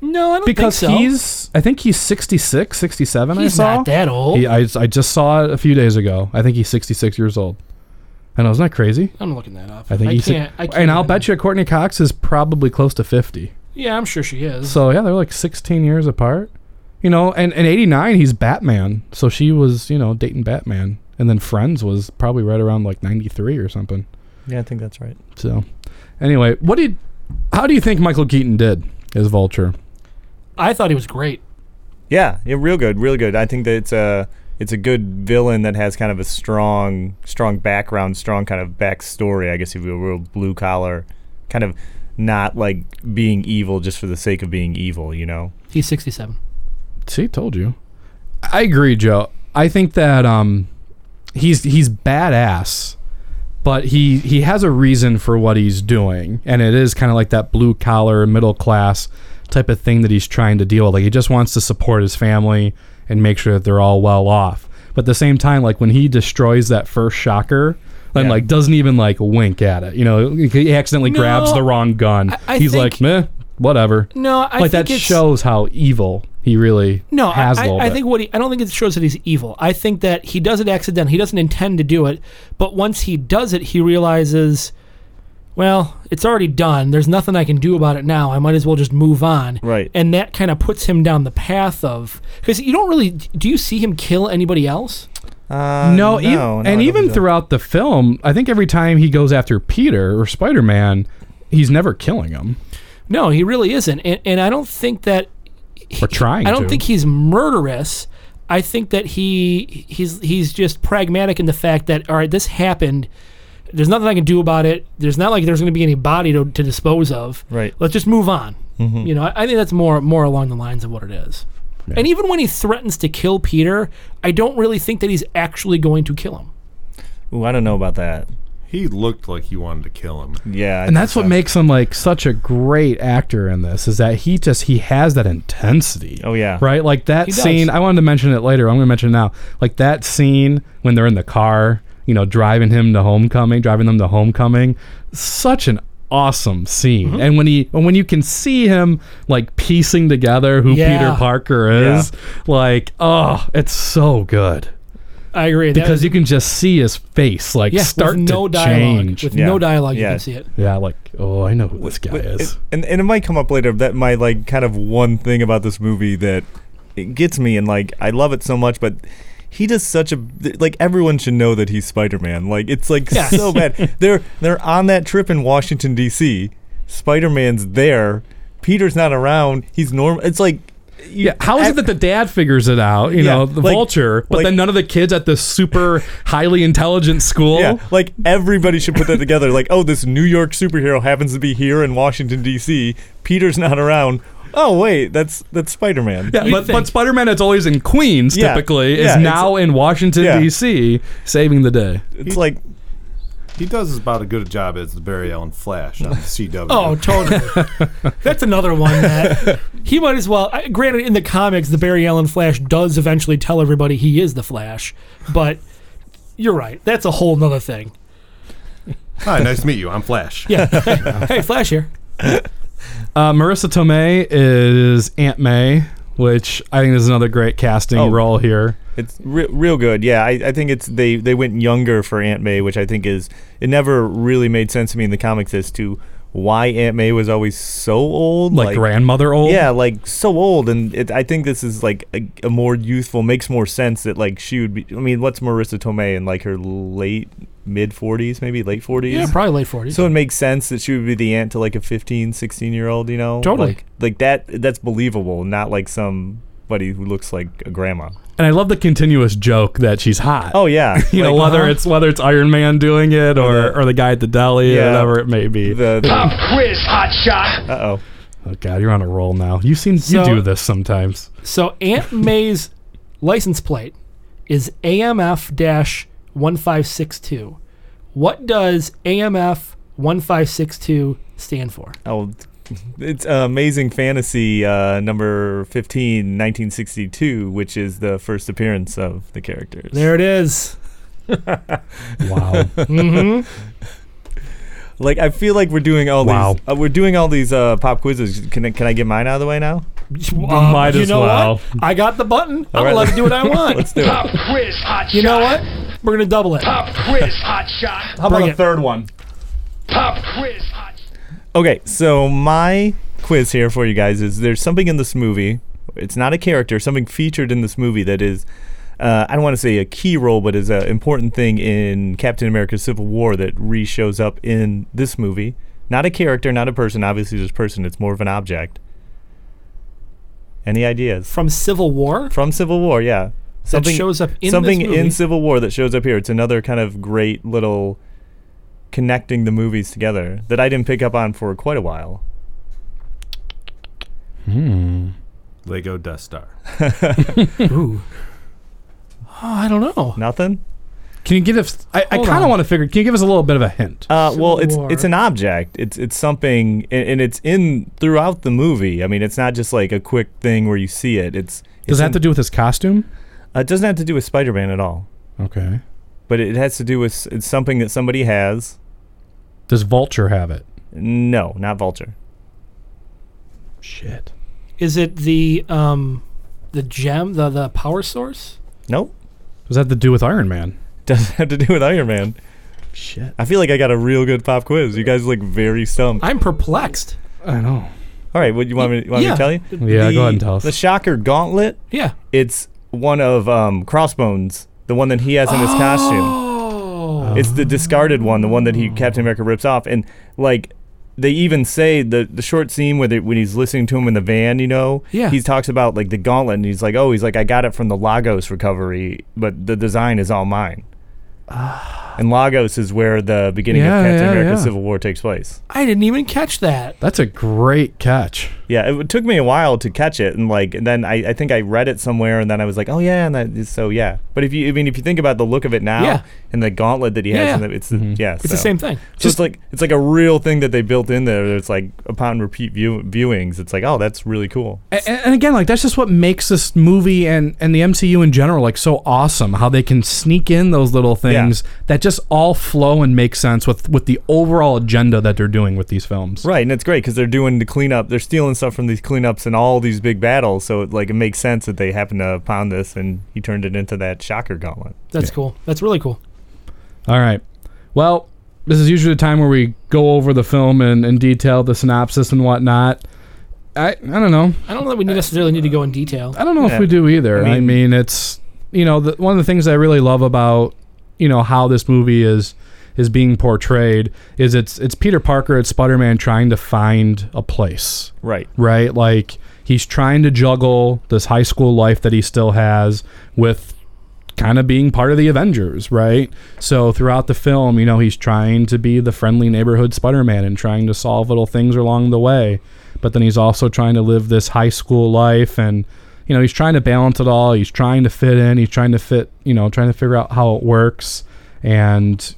A: No, I don't
H: because
A: think so.
H: he's I think he's 66, 67 I
A: he's
H: saw.
A: not that old.
H: He, I, I just saw it a few days ago. I think he's 66 years old. I know, isn't that crazy?
A: I'm looking that up.
H: I think he's.
A: can't, I can't.
H: and I'll bet you Courtney Cox is probably close to 50.
A: Yeah, I'm sure she is.
H: So yeah, they're like 16 years apart. You know, and in 89 he's Batman. So she was, you know, dating Batman. And then Friends was probably right around like 93 or something.
I: Yeah, I think that's right.
H: So anyway, what did how do you think Michael Keaton did as Vulture?
A: I thought he was great.
I: Yeah, yeah, real good, real good. I think that it's a it's a good villain that has kind of a strong strong background, strong kind of backstory. I guess if you were blue collar, kind of not like being evil just for the sake of being evil, you know.
A: He's 67.
H: See, told you. I agree, Joe. I think that um he's he's badass, but he he has a reason for what he's doing, and it is kind of like that blue collar middle class type of thing that he's trying to deal with. Like he just wants to support his family and make sure that they're all well off. But at the same time, like when he destroys that first shocker. And
I: Yeah.
H: like doesn't even like wink at it, you know. He accidentally grabs
A: No,
H: the wrong gun.
A: I
H: he's
A: think-
H: like, meh, whatever
A: No, I
H: like
A: think
H: that
A: it's,
H: shows how evil he really
A: No, I-
H: has a
A: I,
H: little
A: I
H: bit.
A: think what he, I don't think it shows that he's evil. I think that he does it accidentally. He doesn't intend to do it, but once he does it, he realizes, well, it's already done. There's nothing I can do about it now. I might as well just move on.
I: Right.
A: And that kind of puts him down the path of because you don't really do you see him kill anybody else?
I: Uh,
H: no, e-
I: I
H: and
I: don't
H: even
I: think so.
H: throughout the film, I think every time he goes after Peter or Spider Man, he's never killing him.
A: No, he really isn't. And, and I don't think that
H: Or trying
A: I don't
H: to.
A: think he's murderous. I think that he he's he's just pragmatic in the fact that all right, this happened. There's nothing I can do about it. There's not like there's going to be any body to, to dispose of.
I: Right.
A: Let's just move on.
H: Mm-hmm.
A: You know, I, I think that's more more along the lines of what it is. And even when he threatens to kill Peter, I don't really think that he's actually going to kill him.
I: Ooh, I don't know about that.
K: He looked like he wanted to kill him.
I: Yeah,
H: and that's what makes him like such a great actor in this is that he just he has that intensity.
I: Oh yeah,
H: right. Like that
I: He does.
H: scene. I wanted to mention it later. I'm going to mention it now. Like that scene when they're in the car, you know, driving him to homecoming, driving them to homecoming. Such an awesome scene.
I: Mm-hmm.
H: And when he and when you can see him like piecing together who
A: Yeah.
H: Peter Parker is, like oh, it's so good.
A: I agree. That
H: Because
A: was-
H: you can just see his face like
A: Yeah, with
H: start
A: no
H: to
A: dialogue.
H: change.
A: With no dialogue, you can see it.
H: Yeah, like oh, I know who this guy is.
I: and and it might come up later. That my like kind of one thing about this movie that it gets me, and like I love it so much, but. He does such a like everyone should know that he's Spider Man. Like it's like
B: Yes.
I: so bad. They're they're on that trip in Washington D.C. Spider Man's there. Peter's not around. He's normal. It's like
H: yeah. How is it that the dad figures it out? You
I: Yeah,
H: know, the
I: like-
H: vulture, but
I: like-
H: then none of the kids at this super highly intelligent school.
I: Yeah, like everybody should put that together. Like, oh, this New York superhero happens to be here in Washington D.C. Peter's not around. Oh wait, that's that's Spider Man.
H: Yeah, but, but Spider Man that's always in Queens
I: Yeah,
H: typically
I: yeah,
H: is
I: it's-
H: now in Washington
I: yeah.
H: D.C. saving the day.
I: It's like
K: he does about as good a job as the Barry Allen Flash on CW.
A: Oh, totally. That's another one that he might as well. I- Granted, in the comics, the Barry Allen Flash does eventually tell everybody he is the Flash, but you're right. That's a whole nother thing.
K: Hi, nice to meet you. I'm Flash.
A: Yeah. hey, Flash here.
H: Uh, Marissa Tomei is Aunt May, which I think is another great casting
I: Oh.
H: role here.
I: It's re- real good. Yeah, I, I think it's they they went younger for Aunt May, which I think is it never really made sense to me in the comics as to why Aunt May was always so old,
H: Like grandmother old?
I: Yeah, like so old, and it, I think this is like a, a more youthful, makes more sense that like she would be. I mean, what's Marissa Tomei in like her late mid 40s, maybe late 40s?
A: Yeah, probably late 40s.
I: So it makes sense that she would be the aunt to like a 15, 16 year old, you know?
H: Totally.
I: Like, like that, that's believable, not like somebody who looks like a grandma.
H: And I love the continuous joke that she's hot.
I: Oh yeah,
H: you know
I: Like,
H: whether
I: uh-huh.
H: it's whether it's Iron Man doing it or or the guy at the deli
I: Yeah.
H: or whatever it may be.
E: Pop quiz, hot shot.
I: Uh oh.
H: Oh God, you're on a roll now. You seem
A: So-
H: you do this sometimes.
A: So Aunt May's license plate is AMF 1562. What does AMF 1562 stand for?
I: Oh, it's Amazing Fantasy uh, number 15, 1962, which is the first appearance of the characters.
A: There it is.
H: wow.
A: Mhm.
I: Like I feel like we're doing all
H: Wow.
I: these. Uh, we're doing all these uh, pop quizzes. Can I, can I get mine out of the way now?
A: Um, you know What? I got the button. I'm
I: All right,
A: allowed to do what I
I: let's-
A: want.
I: let's do it. Pop
E: quiz, hot
A: You know what? We're gonna double it.
E: Pop quiz, hot shot.
A: How about Bring a it.
I: third one?
E: Pop quiz, hot
I: Okay, so my quiz here for you guys is there's something in this movie. It's not a character, something featured in this movie that is, uh, I don't want to say a key role, but is an important thing in Captain America Civil War that re shows up in this movie. Not a character, not a person. Obviously, this person, it's more of an object. Any ideas?
A: From Civil War?
I: From Civil War, yeah.
A: shows up in this
I: something
A: movie?
I: in Civil War that shows up here. It's another kind of great little connecting the movies together that I didn't pick up on for quite a while.
H: Hmm.
K: Lego Death Star.
A: Ooh. I don't know.
I: Nothing.
H: Can you give us? I, I
I: Hold
H: kind of
I: on.
H: want to figure. Can you give us a little bit of a hint?
I: Uh, well, it's
H: War.
I: it's an object. It's it's something, and, and it's in throughout the movie. I mean, it's not just like a quick thing where you see it. It's,
H: Does
I: it's
H: that
I: in-
H: have to do with his costume?
I: Uh, it doesn't have to do with Spider-Man at all,
H: Okay.
I: but it has to do with s- it's something that somebody has.
H: Does Vulture have it?
I: No, not Vulture.
H: Shit.
A: Is it the um the gem, the the power source?
I: Nope.
H: Does that have to do with Iron Man?
I: Doesn't have to do with Iron Man.
H: Shit.
I: I feel like I got a real good pop quiz. You guys look very stumped.
A: I'm perplexed.
H: I know.
I: All right, what you want me? You want
A: Yeah.
I: me to tell you?
H: Yeah, go ahead and tell us.
I: The Shocker Gauntlet.
A: Yeah.
I: It's one of um, Crossbones, the one that he has in
A: Oh.
I: his costume. It's the discarded one, the one that he Captain America rips off, and like they even say the the short scene where they, when he's listening to him in the van, you know,
A: Yeah.
I: he talks about like the gauntlet, and he's like, oh, he's like, I got it from the Lagos recovery, but the design is all mine. and Lagos is where the beginning
A: Ah. Yeah,
I: of Captain
A: yeah,
I: America
A: yeah.
I: Civil War takes place.
A: I didn't even catch that.
H: That's a great catch.
I: Yeah, it took me a while to catch it, and like and then I, I think I read it somewhere, and then I was like, oh yeah, and that is so yeah. But if you I mean if you think about the look of it now
A: Yeah.
I: and the gauntlet that he
A: Yeah,
I: has,
A: yeah.
I: And the, it's the- yeah,
A: It's the same thing.
I: So it's like it's like a real thing that they built in there. It's like upon repeat view, viewings, it's like oh that's really cool.
H: A- And, and again, like that's just what makes this movie and, and the MCU in general like so awesome. How they can sneak in those little things that just all flow and make sense with with the overall agenda that they're doing with these films.
I: Right, and it's great because they're doing the cleanup. They're stealing stuff from these cleanups and all these big battles. So it, like it makes sense that they happened upon this, and he turned it into that shocker gauntlet.
A: That's cool. That's really cool.
H: All right. Well, this is usually the time where we go over the film and in detail, the synopsis and whatnot. I I don't know.
A: I don't know that we necessarily need to go in detail.
H: I don't know if we do either. I mean, it's you know the, one of the things I really love about you know how this movie is is being portrayed is it's it's Peter Parker, it's Spider Man trying to find a place,
I: Right.
H: right? Like he's trying to juggle this high school life that he still has with kind of being part of the Avengers, right? So throughout the film, you know, he's trying to be the friendly neighborhood Spider-Man and trying to solve little things along the way. But then he's also trying to live this high school life and you know, he's trying to balance it all. He's trying to fit in, he's trying to fit, you know, trying to figure out how it works and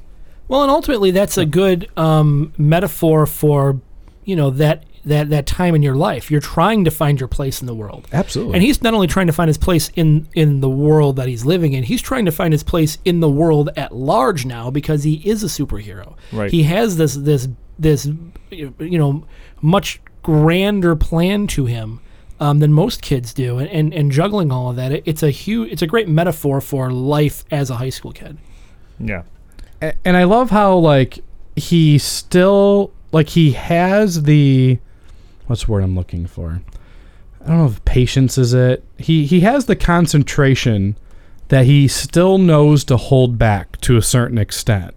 A: Well, and ultimately, that's a good um, metaphor for you know that that that time in your life. You're trying to find your place in the world,
H: Absolutely.
A: and he's not only trying to find his place in in the world that he's living in. He's trying to find his place in the world at large now because he is a superhero.
I: Right.
A: He has this this this you know much grander plan to him. Um, than most kids do, and, and, and juggling all of that, it, it's a huge, it's a great metaphor for life as a high school kid.
I: Yeah.
H: A- and I love how like he still like he has the what's the word I'm looking for? I don't know if patience is it. He he has the concentration that he still knows to hold back to a certain extent.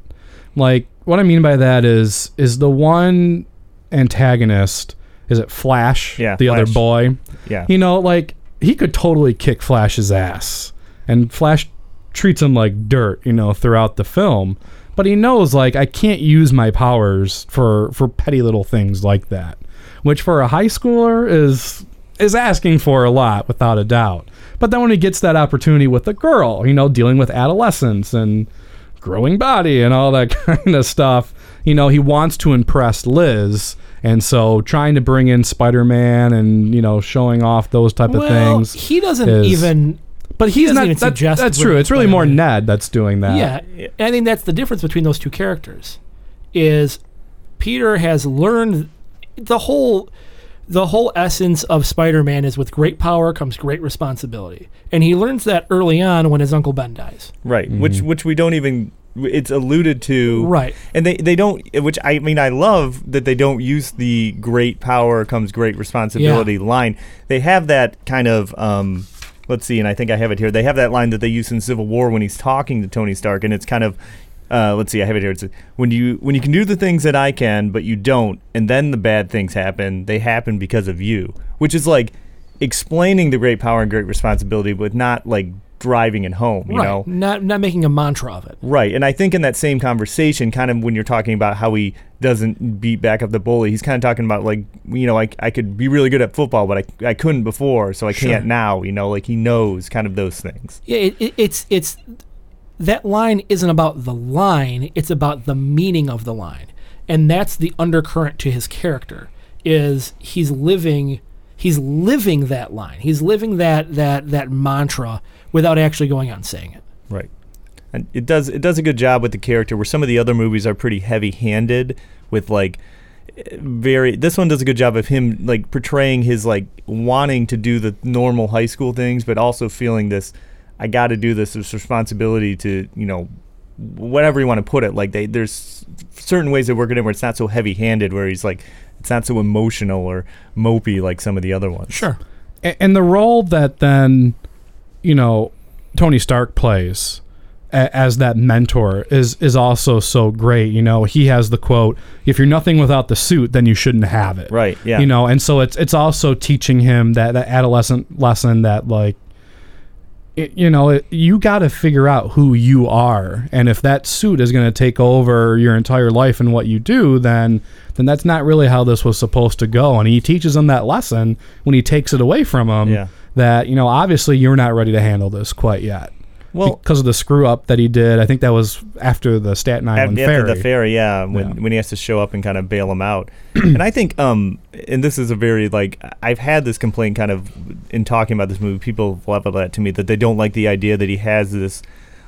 H: Like what I mean by that is is the one antagonist is it Flash?
I: Yeah,
H: the other
I: Flash.
H: boy.
I: Yeah.
H: You know, like he could totally kick Flash's ass, and Flash treats him like dirt, you know, throughout the film. But he knows, like, I can't use my powers for for petty little things like that, which for a high schooler is is asking for a lot, without a doubt. But then when he gets that opportunity with the girl, you know, dealing with adolescence and growing body and all that kind of stuff. You know, he wants to impress Liz, and so trying to bring in Spider-Man and you know showing off those type of
A: Well,
H: things.
A: he doesn't
H: is-
A: even.
H: But
A: he
H: he's
A: doesn't
H: not.
A: even
H: that-
A: suggest
H: that's
A: where
H: true.
A: he's
H: It's really
A: playing
H: more
A: it.
H: Ned that's doing
I: Uh,
H: that.
A: Yeah, and I think that's the difference between those two characters. Is Peter has learned the whole the whole essence of Spider-Man is with great power comes great responsibility, and he learns that early on when his uncle Ben dies.
I: Right. Which which we don't even it's alluded to.
A: Mm-hmm. Right.
I: And they they don't which I mean I love that they don't use the great power comes great responsibility line. They have that kind of um let's see and I think I have it here. They have that line that they use in Civil War when he's talking to Tony Stark and it's kind of uh, let's see. I have it here. It's when you when you can do the things that I can, but you don't, and then the bad things happen. They happen because of you, which is like explaining the great power and great responsibility, but not like driving it home. You
A: right.
I: know,
A: Not not making a mantra of it.
I: Right. And I think in that same conversation, kind of when you're talking about how he doesn't beat back up the bully, he's kind of talking about, like, you know, I, I could be really good at football, but I, I couldn't before, so I
A: Sure.
I: can't now, you know, like he knows kind of those things.
A: Yeah, it, it, it's it's that line isn't about the line; it's about the meaning of the line, and that's the undercurrent to his character. Is he's living he's living that line. He's living that that that mantra without actually going out and saying it.
I: Right. And it does it does a good job with the character where some of the other movies are pretty heavy-handed with like eh, very this one does a good job of him like portraying his like wanting to do the normal high school things but also feeling this I got to do this this responsibility to, you know, whatever you want to put it like they there's certain ways they work it in where it's not so heavy-handed where he's like it's not so emotional or mopey like some of the other ones.
A: Sure.
H: A- and the role that then you know Tony Stark plays a- as that mentor is is also so great you know he has the quote if you're nothing without the suit then you shouldn't have it
I: Right, yeah.
H: you know and so it's it's also teaching him that that adolescent lesson that like it, you know, it, you got to figure out who you are, and if that suit is going to take over your entire life and what you do, then then that's not really how this was supposed to go. And he teaches them that lesson when he takes it away from them.
I: Yeah.
H: That you know, obviously, you're not ready to handle this quite yet.
I: Well-
H: because of the screw up that he did, I think that was after the Staten Island
I: After,
H: ferry.
I: after the ferry, yeah, when when he has to show up and kind of bail him out. and I think, um, and this is a very like I've had this complaint kind of in talking about this movie. People have leveled that to me that they don't like the idea that he has this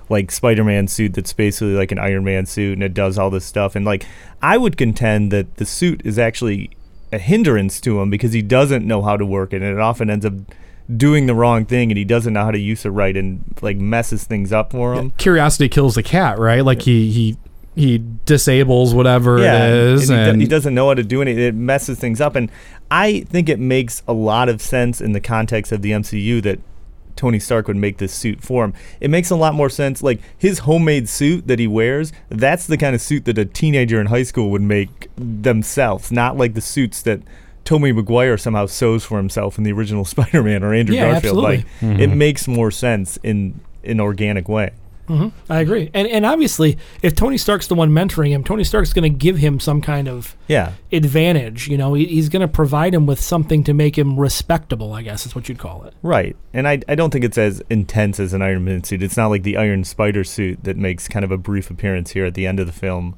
I: like Spider-Man suit that's basically like an Iron Man suit and it does all this stuff. And like I would contend that the suit is actually a hindrance to him because he doesn't know how to work it, and it often ends up doing the wrong thing and he doesn't know how to use it right and like messes things up for him.
H: Curiosity kills the cat, right? Like he he he disables whatever it is,
I: and he, do-
H: and
I: he doesn't know how to do anything. It messes things up, and I think it makes a lot of sense in the context of the MCU that Tony Stark would make this suit for him. It makes a lot more sense. Like his homemade suit that he wears, that's the kind of suit that a teenager in high school would make themselves, not like the suits that. Tommy McGuire somehow sews for himself in the original Spider-Man or Andrew
A: Yeah,
I: Garfield. Like
A: absolutely.
I: it
H: Mm-hmm.
A: Mhm.
I: makes more sense in an organic way.
A: hmm I agree, and and obviously, if Tony Stark's the one mentoring him, Tony Stark's going to give him some kind of
I: Yeah.
A: advantage. You know, he, he's going to provide him with something to make him respectable. I guess is what you'd call it.
I: Right. And I, I don't think it's as intense as an Iron Man suit. It's not like the Iron Spider suit that makes kind of a brief appearance here at the end of the film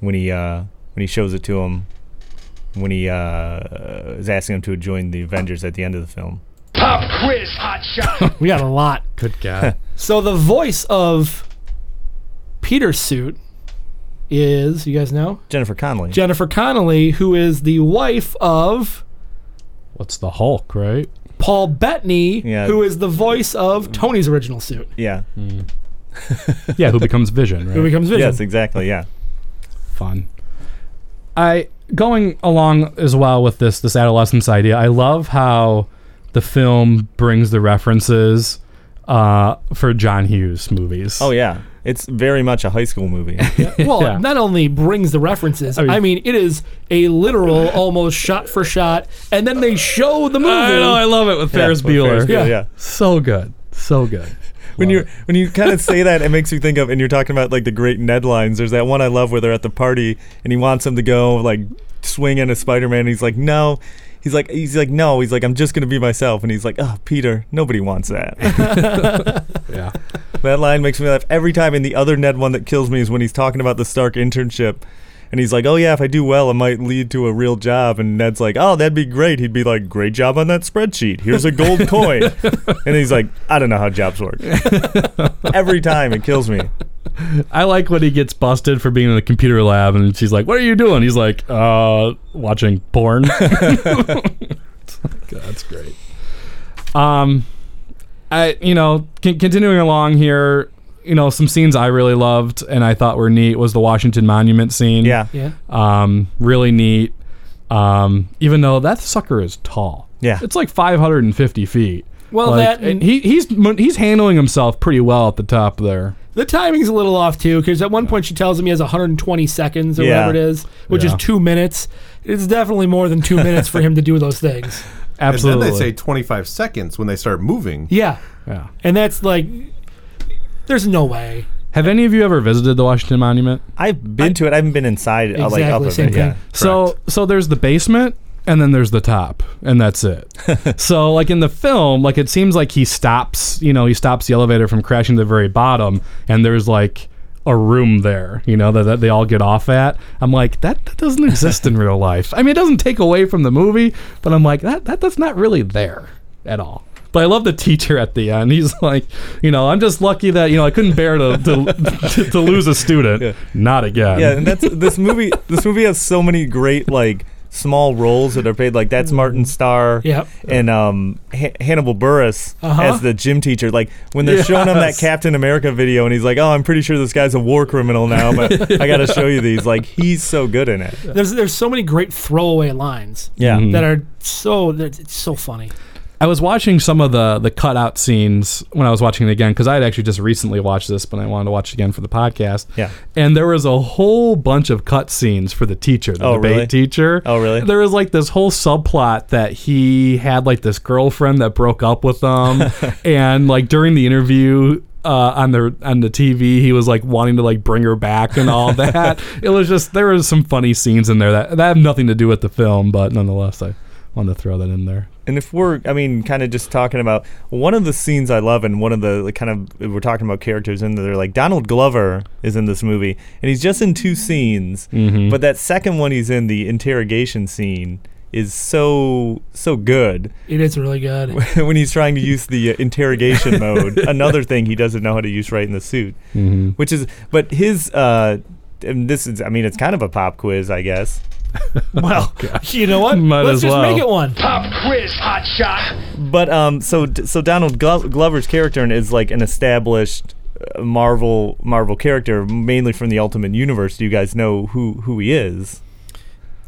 I: when he uh, when he shows it to him when he uh, is asking him to join the Avengers at the end of the film.
E: Pop quiz hot shot.
A: we got a lot.
H: Good God.
A: so the voice of Peter's suit is you guys know
I: Jennifer Connelly.
A: Jennifer Connelly, who is the wife of
H: what's the Hulk, right?
A: Paul Bettany,
H: Yeah.
A: who is the voice of Tony's original suit.
I: Yeah.
H: yeah, who becomes Vision, right?
A: Who becomes Vision.
I: Yes, exactly. Yeah.
H: Fun. I going along as well with this this adolescence idea. I love how the film brings the references uh, for John Hughes movies.
I: Oh, yeah. It's very much a high school movie.
A: Well,
H: Yeah.
A: it not only brings the references, I mean, it is a literal, almost shot for shot, and then they show the movie.
H: I know, I love it with Ferris Bueller. so good, so good.
I: when you when you kind of say that, it makes you think of, and you're talking about like the great Ned lines. There's that one I love where they're at the party and he wants him to go like swing in a Spider-Man. And he's like, no. He's like, he's like, no. He's like, I'm just gonna be myself. And he's like, oh, Peter, nobody wants that.
H: yeah.
I: That line makes me laugh every time. And the other Ned one that kills me is when he's talking about the Stark internship. And he's like, oh, yeah, if I do well, it might lead to a real job. And Ned's like, oh, that'd be great. He'd be like, great job on that spreadsheet. Here's a gold coin. And he's like, I don't know how jobs work. every time it kills me.
H: I like when he gets busted for being in the computer lab, and she's like, "What are you doing?" He's like, "Uh, watching porn." That's great. Um, I you know con- continuing along here, you know some scenes I really loved and I thought were neat was the Washington Monument scene.
I: Yeah,
A: Yeah.
H: Um, really neat. Um, even though that sucker is tall.
I: Yeah.
H: It's like 550 feet.
A: Well,
H: Like,
A: that and-
H: he he's he's handling himself pretty well at the top there.
A: The timing's a little off too, because at one point she tells him he has 120 seconds or
H: Yeah.
A: whatever it is, which
H: Yeah.
A: is two minutes. It's definitely more than two minutes for him to do those things.
K: And then they say 25 seconds when they start moving.
A: Yeah,
H: Yeah.
A: and that's like, there's no way.
H: Have any of you ever visited the Washington Monument?
I: I've been to it. I haven't been inside. uh, like, up
A: Exactly,
I: of
A: same
I: it. Yeah.
A: thing.
H: So so there's the basement and then there's the top and that's it. so like in the film, like it seems like he stops, you know, he stops the elevator from crashing to the very bottom and there's like a room there, you know, that, that they all get off at. I'm like, that, that doesn't exist in real life. I mean, it doesn't take away from the movie, but I'm like, that, that that's not really there at all. But I love the teacher at the end. He's like, you know, I'm just lucky that you know I couldn't bear to to, to, to lose a student. Not again.
I: Yeah, and that's this movie. this movie has so many great like small roles that are played. Like that's Martin Starr
A: Yep.
I: and um, H- Hannibal Burris
A: Uh-huh.
I: as the gym teacher. Like when they're showing him that
H: Yes.
I: Captain America video, and he's like, "Oh, I'm pretty sure this guy's a war criminal now, but I got to show you these." Like he's so good in it.
A: There's there's so many great throwaway lines.
I: Yeah. Mhm.
A: that are so that it's so funny.
H: I was watching some of the the cutout scenes when I was watching it again because I had actually just recently watched this, but I wanted to watch it again for the podcast.
I: Yeah.
H: and there was a whole bunch of cut scenes for the teacher, the
I: Oh,
H: debate
I: really?
H: teacher.
I: Oh, really?
H: There was like this whole subplot that he had like this girlfriend that broke up with him, and like during the interview. Uh, on the on the TV, he was like wanting to like bring her back and all that. it was just there was some funny scenes in there that that have nothing to do with the film, but nonetheless, I wanted to throw that in there.
I: and if we're i mean kind of just talking about one of the scenes i love and one of the like, kind of we're talking about characters in there like donald glover is in this movie and he's just in two scenes
H: Mhm.
I: but that second one he's in the interrogation scene is so so good
A: It is really good.
I: when he's trying to use the uh, interrogation mode another thing he doesn't know how to use right in the suit
H: Mhm.
I: which is but his uh and this is i mean it's kind of a pop quiz i guess well
A: you know what
I: Might
A: let's
I: as
A: just
I: well.
A: make it one
E: Pop quiz, hot shot.
I: But um, so so Donald Glo- Glover's character is like an established uh, Marvel Marvel character, mainly from the Ultimate Universe. Do you guys know who who he is?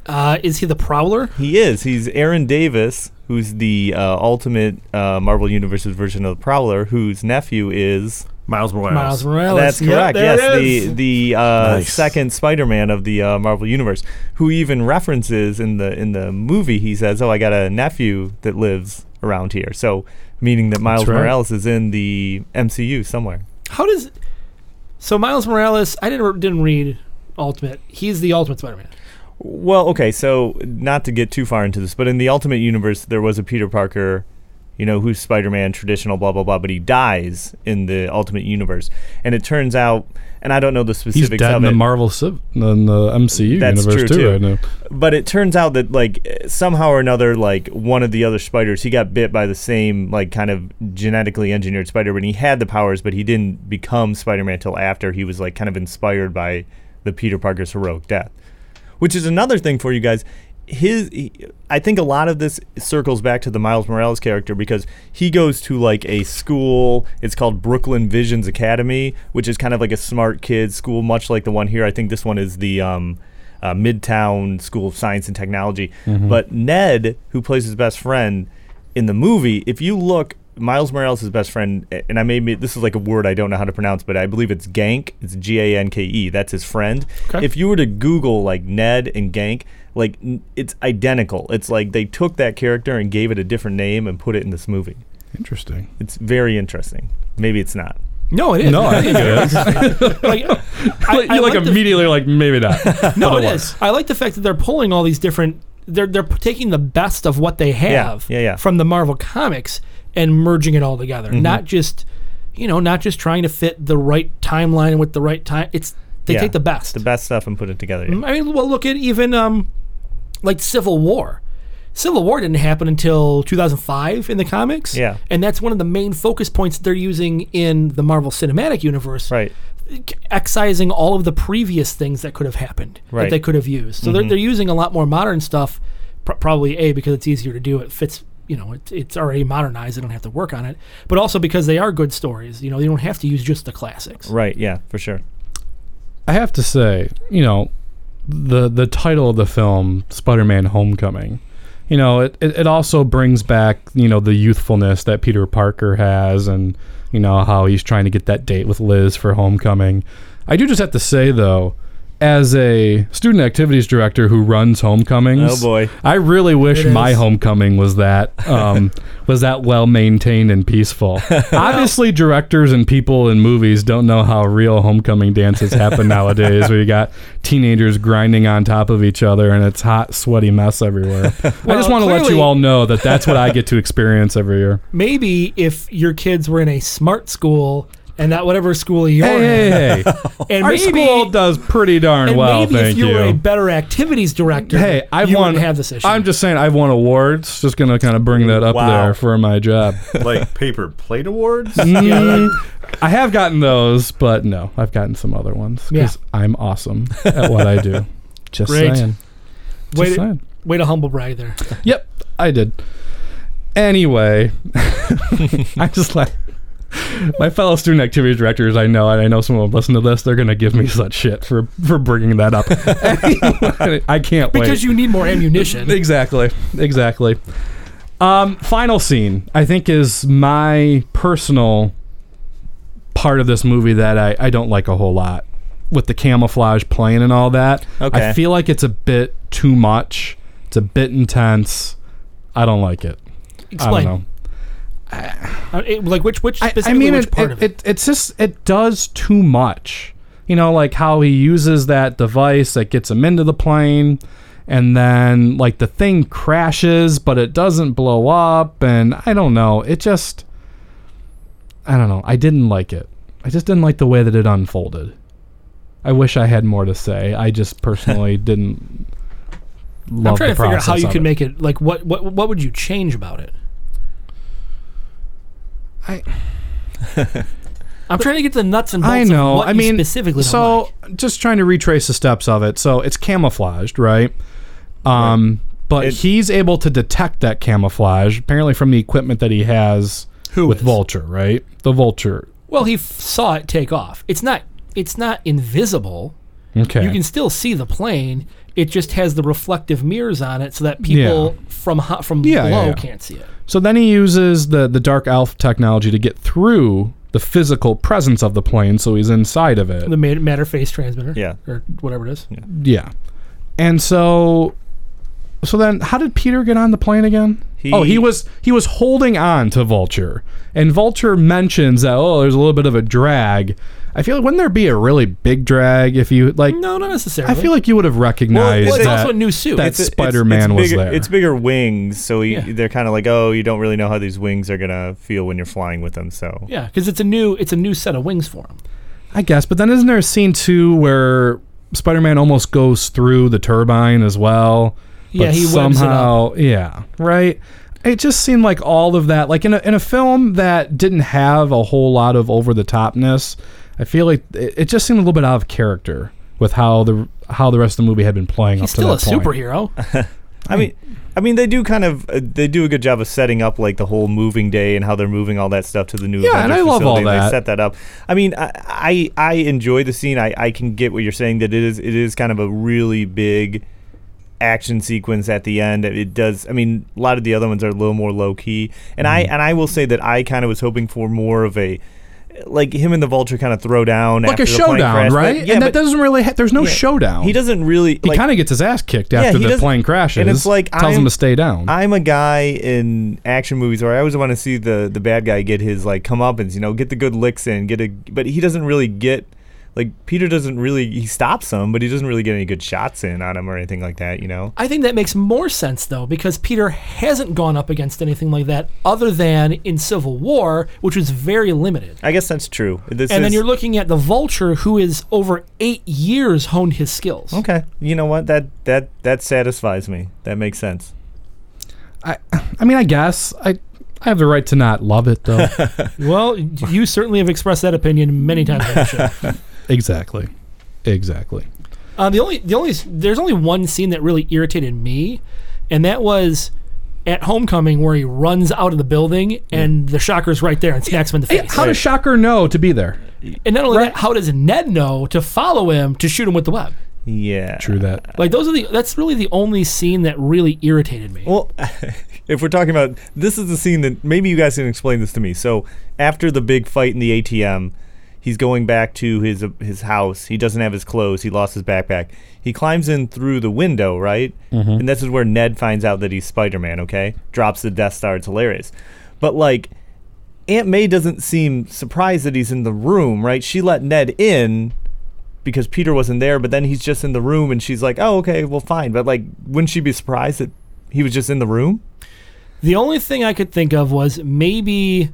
A: uh, is he the prowler
I: He is. He's Aaron Davis, who's the uh, Ultimate uh, Marvel Universe's version of the Prowler, whose nephew is Miles Morales.
A: Miles Morales.
I: That's
A: Oh, Yep,
I: correct.
A: there
I: yes,
A: it
I: the
A: is.
I: the uh,
A: Nice.
I: second Spider-Man of the uh, Marvel Universe, who even references in the in the movie. He says, "Oh, I got a nephew that lives around here." So, meaning that Miles
A: right.
I: Morales is in the MCU somewhere.
A: how does so miles morales i didn't didn't read ultimate he's the ultimate spider-man
I: Well, okay, so not to get too far into this, but in the Ultimate Universe, there was a Peter Parker, you know, who's Spider Man, traditional, blah, blah, blah, but he dies in the Ultimate Universe. And it turns out, and I don't know the
H: He's
I: specifics
H: dead
I: of
H: in the
I: it.
H: Marvel civ- in the MCU
I: That's
H: universe
I: true
H: too,
I: too.
H: right now.
I: But it turns out that like somehow or another, like one of the other spiders, he got bit by the same like kind of genetically engineered spider, and he had the powers, but he didn't become Spider-Man till after he was like kind of inspired by the Peter Parker's heroic death, which is another thing for you guys. His, he- I think a lot of this circles back to the Miles Morales character because he goes to like a school. It's called Brooklyn Visions Academy, which is kind of like a smart kid school, much like the one here. I think this one is the um, uh, Midtown School of Science and Technology.
L: Mhm.
I: But Ned, who plays his best friend in the movie, if you look, Miles Morales' his best friend, a- and I made me, this is like a word I don't know how to pronounce, but I believe it's Gank. It's G A N K E. That's his friend. If you were to Google like Ned and Gank, like n- it's identical. It's like they took that character and gave it a different name and put it in this movie.
H: Interesting.
I: It's very interesting. Maybe it's not.
A: No, it is.
H: No, I think it is.
A: like, I,
H: you like, immediately like maybe not.
A: no,
H: But
A: it
H: was.
A: is. I like the fact that they're pulling all these different. They're they're p- taking the best of what they have
I: yeah, yeah.
A: from the Marvel comics and merging it all together.
I: Mhm.
A: Not just, you know, not just trying to fit the right timeline with the right time. It's they
I: Yeah.
A: take the best. Mm-hmm.
I: The best stuff and put it together. yeah.
A: I mean, well, look at even um, like Civil War. Civil War didn't happen until 2005 in the comics.
I: Yeah.
A: and that's one of the main focus points they're using in the Marvel Cinematic Universe.
I: Right.
A: Excising all of the previous things that could have happened that
I: Right.
A: they could have used. So
H: Mm-hmm.
A: they're,
I: Mhm.
A: they're using a lot more modern stuff, pr- probably A, because it's easier to do. It fits, you know, it, it's already modernized. They don't have to work on it. But also because they are good stories. You know, they don't have to use just the classics.
I: Right. Yeah. For sure.
H: I have to say, you know, the the title of the film, Spider-Man: Homecoming, you know, it, it, it also brings back you know the youthfulness that Peter Parker has, and you know how he's trying to get that date with Liz for homecoming. I do just have to say though, as a student activities director who runs homecomings,
I: Oh, boy.
H: I really wish
I: It
H: my
I: is.
H: homecoming was that um, was that well maintained and peaceful. Obviously, directors and people in movies don't know how real homecoming dances happen nowadays, where you got teenagers grinding on top of each other and it's hot, sweaty mess everywhere. I
A: Well,
H: just want to let
A: clearly-
H: you all know that that's what I get to experience every year.
A: maybe if your kids were in a smart school and not whatever school you're
H: Hey, hey,
A: in.
H: hey!
A: and
H: Our
A: maybe,
H: school does pretty darn
A: and
H: well.
A: maybe
H: thank
A: if you, were a better activities director,
H: Hey, I've
A: you
H: won.
A: wouldn't have this issue.
H: I'm just saying, I've won awards. Just gonna kind of bring that up
K: Wow.
H: there for my job.
K: like paper plate awards.
H: Mm, I have gotten those, but no, I've gotten some other ones because I'm awesome at what I do. Just
A: Great.
H: saying. Just
A: way, to,
H: saying.
A: way to humble brag there.
H: Yep, I did. Anyway, I just like my fellow student activities directors. I know, and I know someone will listen to this. They're gonna give me such shit for for bringing that up. I can't wait
A: Because you need more ammunition.
H: exactly, exactly. Um, final scene, I think, is my personal part of this movie that I, I don't like a whole lot with the camouflage plane and all that.
I: Okay.
H: I feel like it's a bit too much. It's a bit intense. I don't like it. I
A: Explain.
H: don't know.
A: Uh, it- like which which specifically
H: I mean,
A: which
H: it,
A: part
H: it,
A: of it?
H: it- It's just it does too much. You know, like how he uses that device that gets him into the plane, and then like the thing crashes, but it doesn't blow up, and I don't know. It just, I don't know. I didn't like it. I just didn't like the way that it unfolded. I wish I had more to say. I just personally didn't. Love
A: I'm trying
H: the
A: to figure out how
H: process
A: you
H: of
A: could
H: it.
A: make it like what what what would you change about it?
H: I
A: I'm trying to get to the nuts and bolts.
H: I know.
A: Of what
H: I
A: you
H: mean,
A: specifically. don't like.
H: So, just trying to retrace the steps of it. So it's camouflaged, right? Um, but he's able to detect that camouflage apparently from the equipment that he has with Vulture, right? The Vulture.
A: well, he f- saw it take off. It's not it's not invisible.
H: Okay.
A: You can still see the plane. It just has the reflective mirrors on it, so that people from ho- from
H: Yeah, yeah,
A: below
H: yeah.
A: can't see it.
H: So then he uses the the dark elf technology to get through the physical presence of the plane, so he's inside of it.
A: The ma- matter phase transmitter,
H: Yeah.
A: or whatever it is. Yeah.
H: Yeah. And so so then how did Peter get on the plane again?
I: He-
H: oh, he was he was holding on to Vulture. And Vulture mentions that oh, there's a little bit of a drag. I feel like wouldn't there be a really big drag if you like
A: No, not necessarily.
H: I feel like you would have recognized
A: Well, it's
H: that,
A: also a new suit.
H: that
A: It's a- it's-
H: Spider-Man
I: it's
H: was
I: bigger,
H: there.
I: It's bigger wings, so you, they're kind of like, oh, you don't really know how these wings are gonna feel when you're flying with them. So
A: Yeah, because it's a new it's a new set of wings for him.
H: I guess, but then isn't there a scene too where Spider-Man almost goes through the turbine as well?
A: Yeah,
H: but
A: he webs it up.
H: somehow, yeah, right. It just seemed like all of that, like in a in a film that didn't have a whole lot of over the topness. I feel like it, it just seemed a little bit out of character with how the how the rest of the movie had been playing
A: He's
H: up to
A: still a
H: that point.
A: superhero.
I: I mean, I mean, they do kind of uh, they do a good job of setting up like the whole moving day and how they're moving all that stuff to the new.
H: Yeah, and
I: Avengers
H: I love all
I: facility, and They
H: that.
I: set that up. I mean, I, I I enjoy the scene. I I can get what you're saying that it is it is kind of a really big action sequence at the end. It does. I mean, a lot of the other ones are a little more low key. And
H: Mm-hmm.
I: I and I will say that I kind of was hoping for more of a. Like him and the vulture kind of throw down
H: like
I: after
H: a
I: the plane crash,
H: showdown,
I: but-
H: right?
I: yeah,
H: and that
I: but-
H: doesn't really. Ha- there's no
I: yeah.
H: showdown.
I: He doesn't really.
H: He
I: like,
H: kind of gets his ass kicked
I: Yeah,
H: after
I: he
H: the
I: doesn't-
H: plane crashes.
I: and it's like,
H: tells
I: I'm-
H: him to stay down.
I: I'm a guy in action movies where I always want to see the the bad guy get his like comeuppance, you know, get the good licks in, get a. But he doesn't really get like Peter doesn't really he stops him, but he doesn't really get any good shots in on him or anything like that, you know.
A: I think that makes more sense though, because Peter hasn't gone up against anything like that other than in Civil War, which was very limited.
I: I guess that's true. This
A: and then
I: is-
A: you're looking at the Vulture, who is over eight years honed his skills.
I: okay. You know what? That that that satisfies me. That makes sense.
H: I I mean I guess I I have the right to not love it though.
A: Well, you certainly have expressed that opinion many times on the show.
H: exactly. Exactly.
A: Uh, the only, the only, there's only one scene that really irritated me, and that was at Homecoming where he runs out of the building and the Shocker's right there and smacks him in the face.
H: How does Shocker know to be there?
A: and not only that, how does Ned know to follow him to shoot him with the web?
I: Yeah.
H: True that.
A: Like those are the that's really the only scene that really irritated me.
I: Well, if we're talking about this is the scene that maybe you guys can explain this to me. So after the big fight in the ATM, he's going back to his uh, his house. He doesn't have his clothes. He lost his backpack. He climbs in through the window, right?
L: Mhm.
I: And this is where Ned finds out that he's Spider Man. Okay, drops the Death Star. It's hilarious, but like. Aunt May doesn't seem surprised that he's in the room, right? She let Ned in because Peter wasn't there, but then he's just in the room and she's like, "Oh, okay, well fine." But like wouldn't she be surprised that he was just in the room?
A: The only thing I could think of was maybe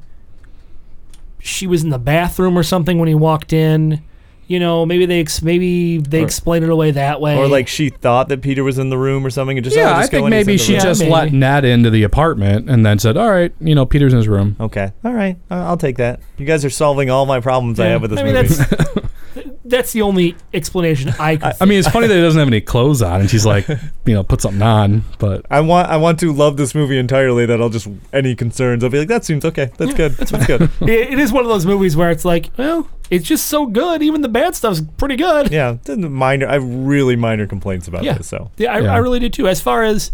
A: she was in the bathroom or something when he walked in. You know, maybe they ex- maybe they
I: Or-
A: explained it away that way.
I: Or like she thought that Peter was in the room or something and just "Oh,
H: yeah, I
I: just go
H: think
I: in, he's in
H: maybe
I: the
H: she
I: room."
H: just let Ned into the apartment and then said, "All right, you know, Peter's in his room."
I: Okay. All right. I- I'll take that. You guys are solving all my problems I
A: Yeah,
I: have with this
A: I mean,
I: movie.
A: that's the only explanation I. Could
H: I mean, it's funny that he doesn't have any clothes on, and she's like, you know, put something on. But
I: I want I want to love this movie entirely that I'll just any concerns I'll be like that seems okay. That's good. That's, good.
A: It- it is one of those movies where it's like, well, it's just so good. Even the bad stuff's pretty good.
I: yeah, th- minor I have really minor complaints about
A: Yeah.
I: this so.
A: Yeah, I,
I: Yeah.
A: I really do too. As far as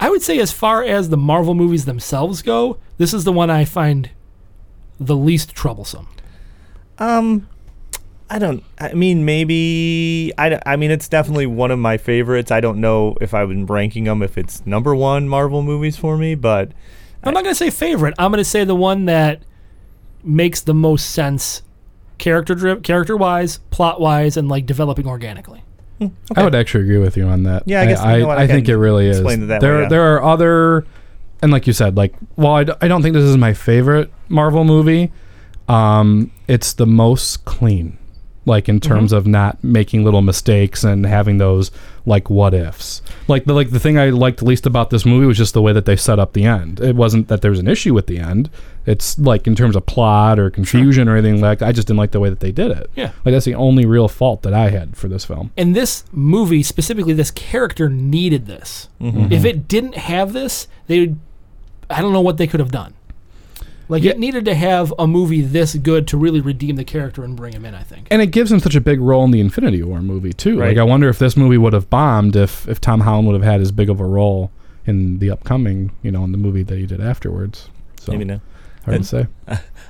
A: I would say, as far as the Marvel movies themselves go, this is the one I find the least troublesome.
I: Um, I don't. I mean, maybe. I. I mean, it's definitely one of my favorites. I don't know if I've been ranking them. If it's number one Marvel movies for me, but
A: I'm not going to say favorite. I'm going to say the one that makes the most sense, character dri- character wise, plot wise, and like developing organically.
H: I would actually agree with you on that.
A: Yeah, I guess,
H: I,
A: you know what,
H: I,
A: I
H: think
A: can
H: it really is.
A: explain it that
H: there,
A: way, yeah.
H: there are other, and like you said, like while I, d- I don't think this is my favorite Marvel movie, um, it's the most clean, like in terms
A: Mm-hmm.
H: of not making little mistakes and having those like what ifs. Like the like the thing I liked least about this movie was just the way that they set up the end. It wasn't that there was an issue with the end. It's like in terms of plot or confusion or anything like. I just didn't like the way that they did it.
A: Yeah.
H: like that's the only real fault that I had for this film.
A: And this movie, specifically, this character needed this.
H: Mhm.
A: If it didn't have this, they would, I don't know what they could have done. Like, it needed to have a movie this good to really redeem the character and bring him in, I think.
H: And it gives him such a big role in the Infinity War movie too.
A: Right.
H: Like I wonder if this movie would have bombed if if Tom Holland would have had as big of a role in the upcoming, you know, in the movie that he did afterwards. So
I: Maybe not.
H: Hard to say.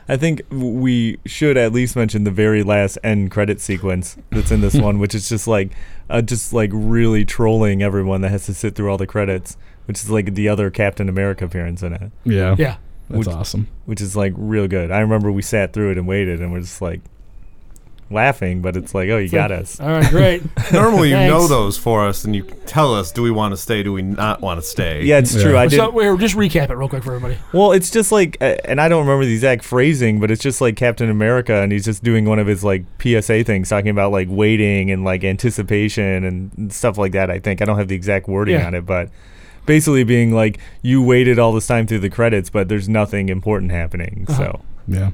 I: I think we should at least mention the very last end credit sequence that's in this one, which is just like, uh, just like really trolling everyone that has to sit through all the credits, which is like the other Captain America appearance in it.
H: Yeah.
A: Yeah.
H: That's awesome.
I: Which is like real good. I remember we sat through it and waited, and we're just like laughing, but it's like, oh, you
A: It's
I: got
A: like,
I: us.
A: All right, great.
K: Normally, you know
A: Thanks.
K: those for us, and you tell us: do we want to stay? Do we not want to stay?
I: Yeah, it's true. I did.
A: So, wait, just recap it real quick for everybody.
I: Well, it's just like, uh, and I don't remember the exact phrasing, but it's just like Captain America, and he's just doing one of his like PSA things, talking about like waiting and like anticipation and and stuff like that. I think I don't have the exact wording
B: Yeah.
I: on it, but basically being like, you waited all this time through the credits, but there's nothing important happening. So
H: Yeah.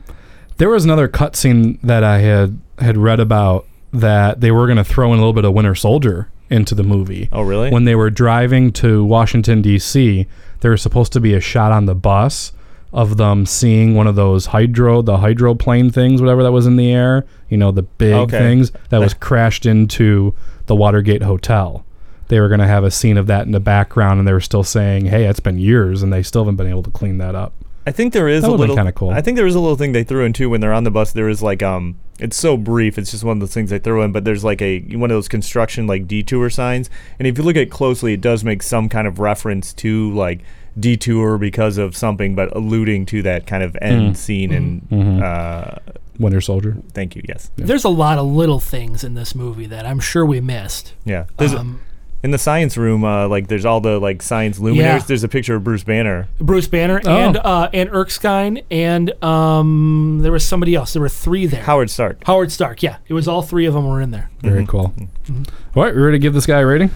H: There was another cutscene that I had had read about that they were going to throw in a little bit of Winter Soldier into the movie.
I: Oh, really?
H: When they were driving to Washington D.C., there was supposed to be a shot on the bus of them seeing one of those hydro the hydroplane things whatever that was in the air, you know, the big
I: Okay.
H: things that was crashed into the Watergate Hotel. They were going to have a scene of that in the background and they were still saying, "Hey, it's been years" and they still haven't been able to clean that up.
I: I think there is
H: That
I: a
H: would've been
I: little
H: kinda cool.
I: I think there is a little thing they threw in too when they're on the bus. There is like um, it's so brief. It's just one of those things they throw in. But there's like a one of those construction like detour signs. And if you look at it closely, it does make some kind of reference to like detour because of something, but alluding to that kind of end
H: Mm.
I: scene. And
H: Mhm.
I: uh,
H: Winter Soldier.
I: thank you. Yes.
A: There's a lot of little things in this movie that I'm sure we missed.
I: Yeah. There's a-
A: Um,
I: in the science room, uh, like there's all the like science luminaires.
A: Yeah.
I: There's a picture of Bruce Banner.
A: Bruce Banner
I: Oh.
A: and uh, and Erskine and um, there was somebody else. There were three there.
I: Howard Stark.
A: Howard Stark. Yeah, it was all three of them were in there.
H: Very cool.
A: Mm-hmm.
H: All right, we ready to give this guy a rating?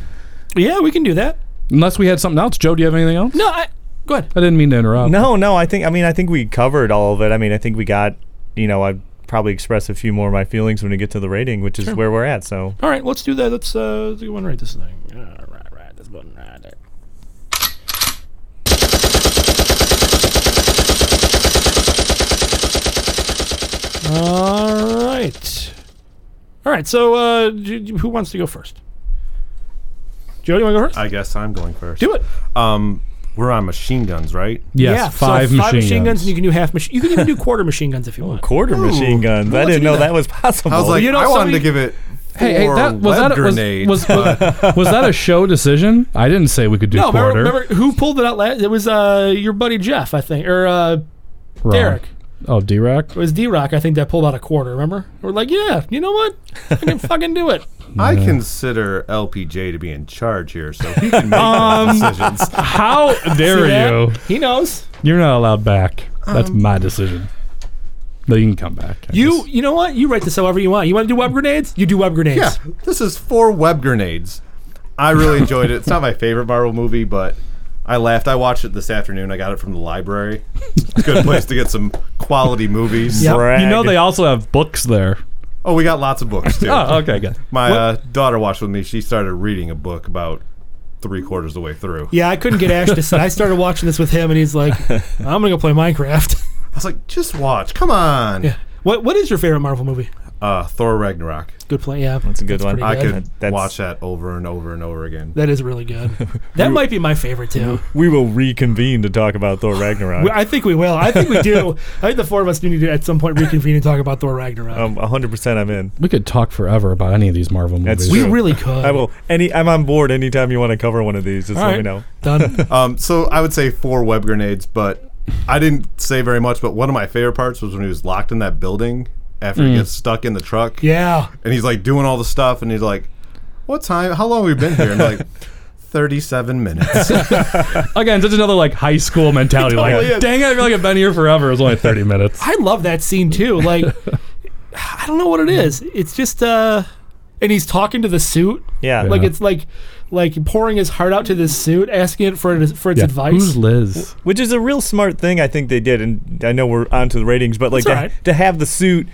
A: Yeah, we can do that.
H: Unless we had something else. Joe, do you have anything else?
A: No, I, go ahead.
H: I didn't mean to interrupt.
I: No, no. I think I mean I think we covered all of it. I mean I think we got you know I probably express a few more of my feelings when we get to the rating, which is
A: Sure.
I: where we're at. So
A: All right, let's do that. Let's uh, let's go and write this thing. All right, right, this button right there. All right, all right. So, uh, j- j- who wants to go first? Joe, you want to go first?
K: I guess I'm going first.
A: Do it.
K: Um, we're on machine guns, right?
A: yeah, so machine guns, and you can do half machine. You can even do quarter machine guns if you want.
I: quarter machine guns. I didn't know that was possible.
K: I was like,
A: You know,
K: I wanted
A: somebody-
K: to give it.
H: Hey, hey,
K: four
H: that was
K: web
H: that a, was,
K: grenades,
H: was,
K: but-
H: was, was that a show decision? I didn't say we could do
A: no,
H: quarter.
A: remember, remember who pulled it out last? It was uh, your buddy Jeff, I think, or uh,
H: Wrong.
A: Derek.
H: Oh, D Rock.
A: It was D Rock, I think, that pulled out a quarter. Remember? We're like, yeah, you know what? I can fucking do it.
K: I consider LPJ to be in charge here, so he can make those decisions.
H: Um, How
A: See
H: dare
A: that?
H: you?
A: He knows.
H: You're not allowed back. That's my decision. No, you can come back.
A: You, you know what? You write this however you want. You want to do web grenades? You do web grenades.
K: Yeah, this is four web grenades. I really enjoyed it. It's not my favorite Marvel movie, but I laughed. I watched it this afternoon. I got it from the library. Good place to get some quality movies.
H: You know they also have books there.
K: Oh, we got lots of books too.
H: Oh, okay, good.
K: My
H: What-
K: uh, daughter watched with me. She started reading a book about three quarters of the way through.
A: Yeah, I couldn't get Ash to sit. I started watching this with him, and he's like, "I'm gonna go play Minecraft."
K: I was like, just watch. Come on.
A: What What is your favorite Marvel movie?
K: Uh, Thor Ragnarok.
A: Good play, yeah. That's a good That's one. pretty
K: I
A: good.
K: could
A: That's-
K: watch that over and over and over again.
A: That is really good. That might be my favorite too.
I: We will reconvene to talk about Thor Ragnarok.
A: We- I think we will. I think we do. I think the four of us do need to at some point reconvene and talk about Thor Ragnarok.
I: Um, 100% I'm in.
H: We could talk forever about any of these Marvel movies.
I: That's true. I will. Any, I'm on board anytime you want to cover one of these. Just let me know.
A: Done.
K: um, so I would say four web grenades, but I didn't say very much. But one of my favorite parts was when he was locked in that building after he
A: Mm.
K: gets stuck in the truck.
A: Yeah.
K: And he's like doing all the stuff, and he's like, "What time? How long have we been here?" And they're like, thirty-seven minutes.
H: Again, just another like high school mentality. like,
A: Totally is.
H: dang it, I feel like I've been here forever. It was only 30 minutes.
A: I love that scene too. Like, I don't know what it is. It's just, uh, and he's talking to the suit.
I: Yeah.
A: Like
I: Yeah.
A: it's like, like pouring his heart out to this suit, asking it for it, for its advice.
H: Liz?
I: Which is a real smart thing I think they did, and I know we're onto the ratings, but like
A: That's
I: to,
A: all right.
I: to have the suit,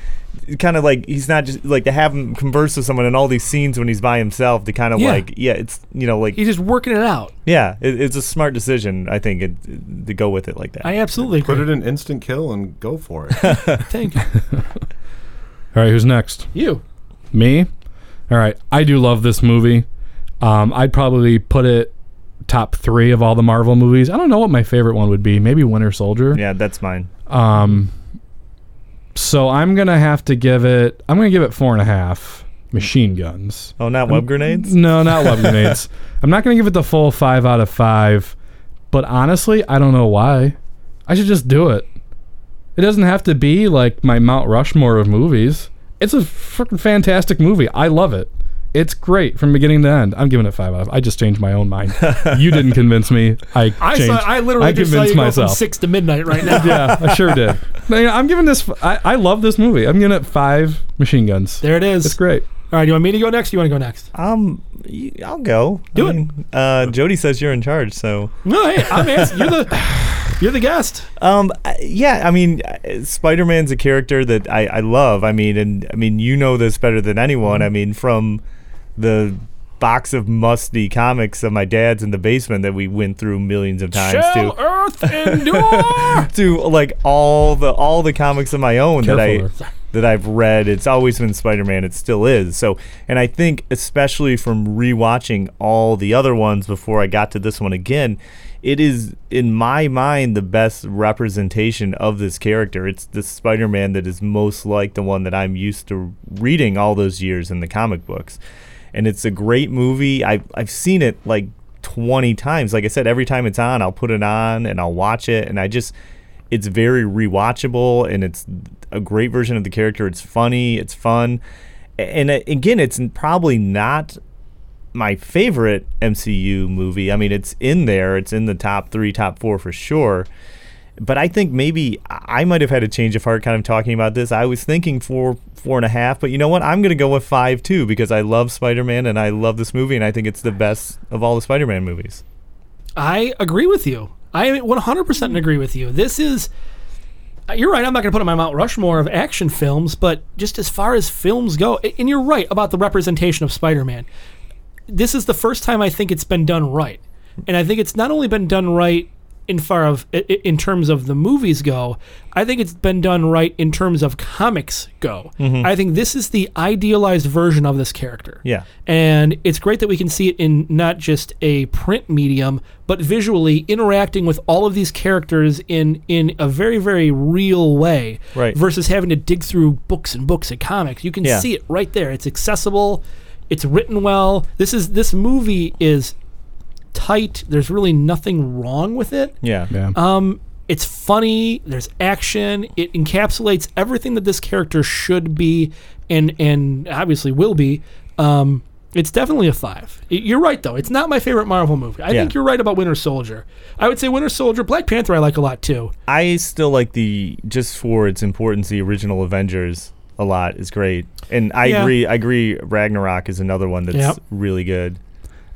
I: kind of like he's not just like to have him converse with someone in all these scenes when he's by himself. To kind of
A: Yeah.
I: like yeah, it's you know like
A: He's just working it out.
I: yeah, it, it's a smart decision I think it, to go with it like that.
A: I absolutely
K: Put
A: agree.
K: it in instant kill and go for it.
A: Thank you.
H: All right, who's next?
A: You.
H: Me? All right, I do love this movie. Um, I'd probably put it top three of all the Marvel movies. I don't know what my favorite one would be. Maybe Winter Soldier.
I: Yeah, that's mine.
H: Um, so I'm gonna have to give it. I'm gonna give it four and a half machine guns.
I: Oh, not
H: I'm- Mm-hmm.
I: web grenades?
H: No, not web grenades. I'm not gonna give it the full five out of five. But honestly, I don't know why. I should just do it. It doesn't have to be like my Mount Rushmore of movies. It's a freaking fantastic movie. I love it. It's great from beginning to end. I'm giving it five out of. I just changed my own mind. you didn't convince me. I
A: I
H: changed.
A: saw. I literally just saw
H: convinced
A: you go from
H: myself.
A: six to midnight right now.
H: yeah, I sure did. No, you know, I'm giving this. I, I love this movie. I'm giving it five machine guns.
A: There it is.
H: It's great.
A: All right. Do you want me to go next? Or you want to go next?
I: Um, I'll go. Do it. Uh, Jody says you're in charge, so
A: No, hey, I'm asking. You're the you're the guest.
I: Um, I- yeah, I mean, Spider Man's a character that I, I love. I mean, and I mean, you know this better than anyone. I mean, from the box of musty comics of my dad's in the basement that we went through millions of times
A: Shall
I: to
A: Earth endure?
I: to like all the all the comics of my own
H: Careful
I: that I that I've read. It's always been Spider Man. It still is. So, and I think especially from rewatching all the other ones before I got to this one again, it is in my mind the best representation of this character. It's the Spider Man that is most like the one that I'm used to reading all those years in the comic books. And it's a great movie. I I've seen it like 20 times. Like I said, every time it's on, I'll put it on and I'll watch it. And I just, it's very rewatchable and it's a great version of the character. It's funny, it's fun. A- And uh, again, it's n- probably not my favorite MCU movie. I mean, it's in there, it's in the top three, top four for sure. But I think maybe I I might have had a change of heart kind of talking about this. I was thinking four, four and a half, but you know what? I'm going to go with five too because I love Spider Man and I love this movie and I think it's the best of all the Spider Man movies.
A: I agree with you. I am 100% agree with you. This is. uh, You're right. I'm not going to put it on my Mount Rushmore of action films, but just as far as films go, a- and you're right about the representation of Spider Man. This is the first time I think it's been done right. And I think it's not only been done right in far of i- i- in terms of the movies go, I think it's been done right in terms of comics go.
I: Mhm.
A: I think this is the idealized version of this character.
I: Yeah.
A: And it's great that we can see it in not just a print medium, but visually interacting with all of these characters in in a very very real way.
I: Right.
A: Versus having to dig through books and books and comics, you can
I: Yeah.
A: see it right there. It's accessible. It's written well. This is this movie is tight. There's really nothing wrong with it.
I: Yeah. Yeah.
A: Um, it's funny. There's action. It encapsulates everything that this character should be, and and obviously will be. Um, it's definitely a five. Y- You're right though. It's not my favorite Marvel movie. I
I: Yeah.
A: think you're right about Winter Soldier. I would say Winter Soldier, Black Panther. I like a lot too.
I: I still like the just for its importance, the original Avengers a lot is great, and I
A: Yeah.
I: agree. I agree. Ragnarok is another one that's
A: Yep.
I: really good.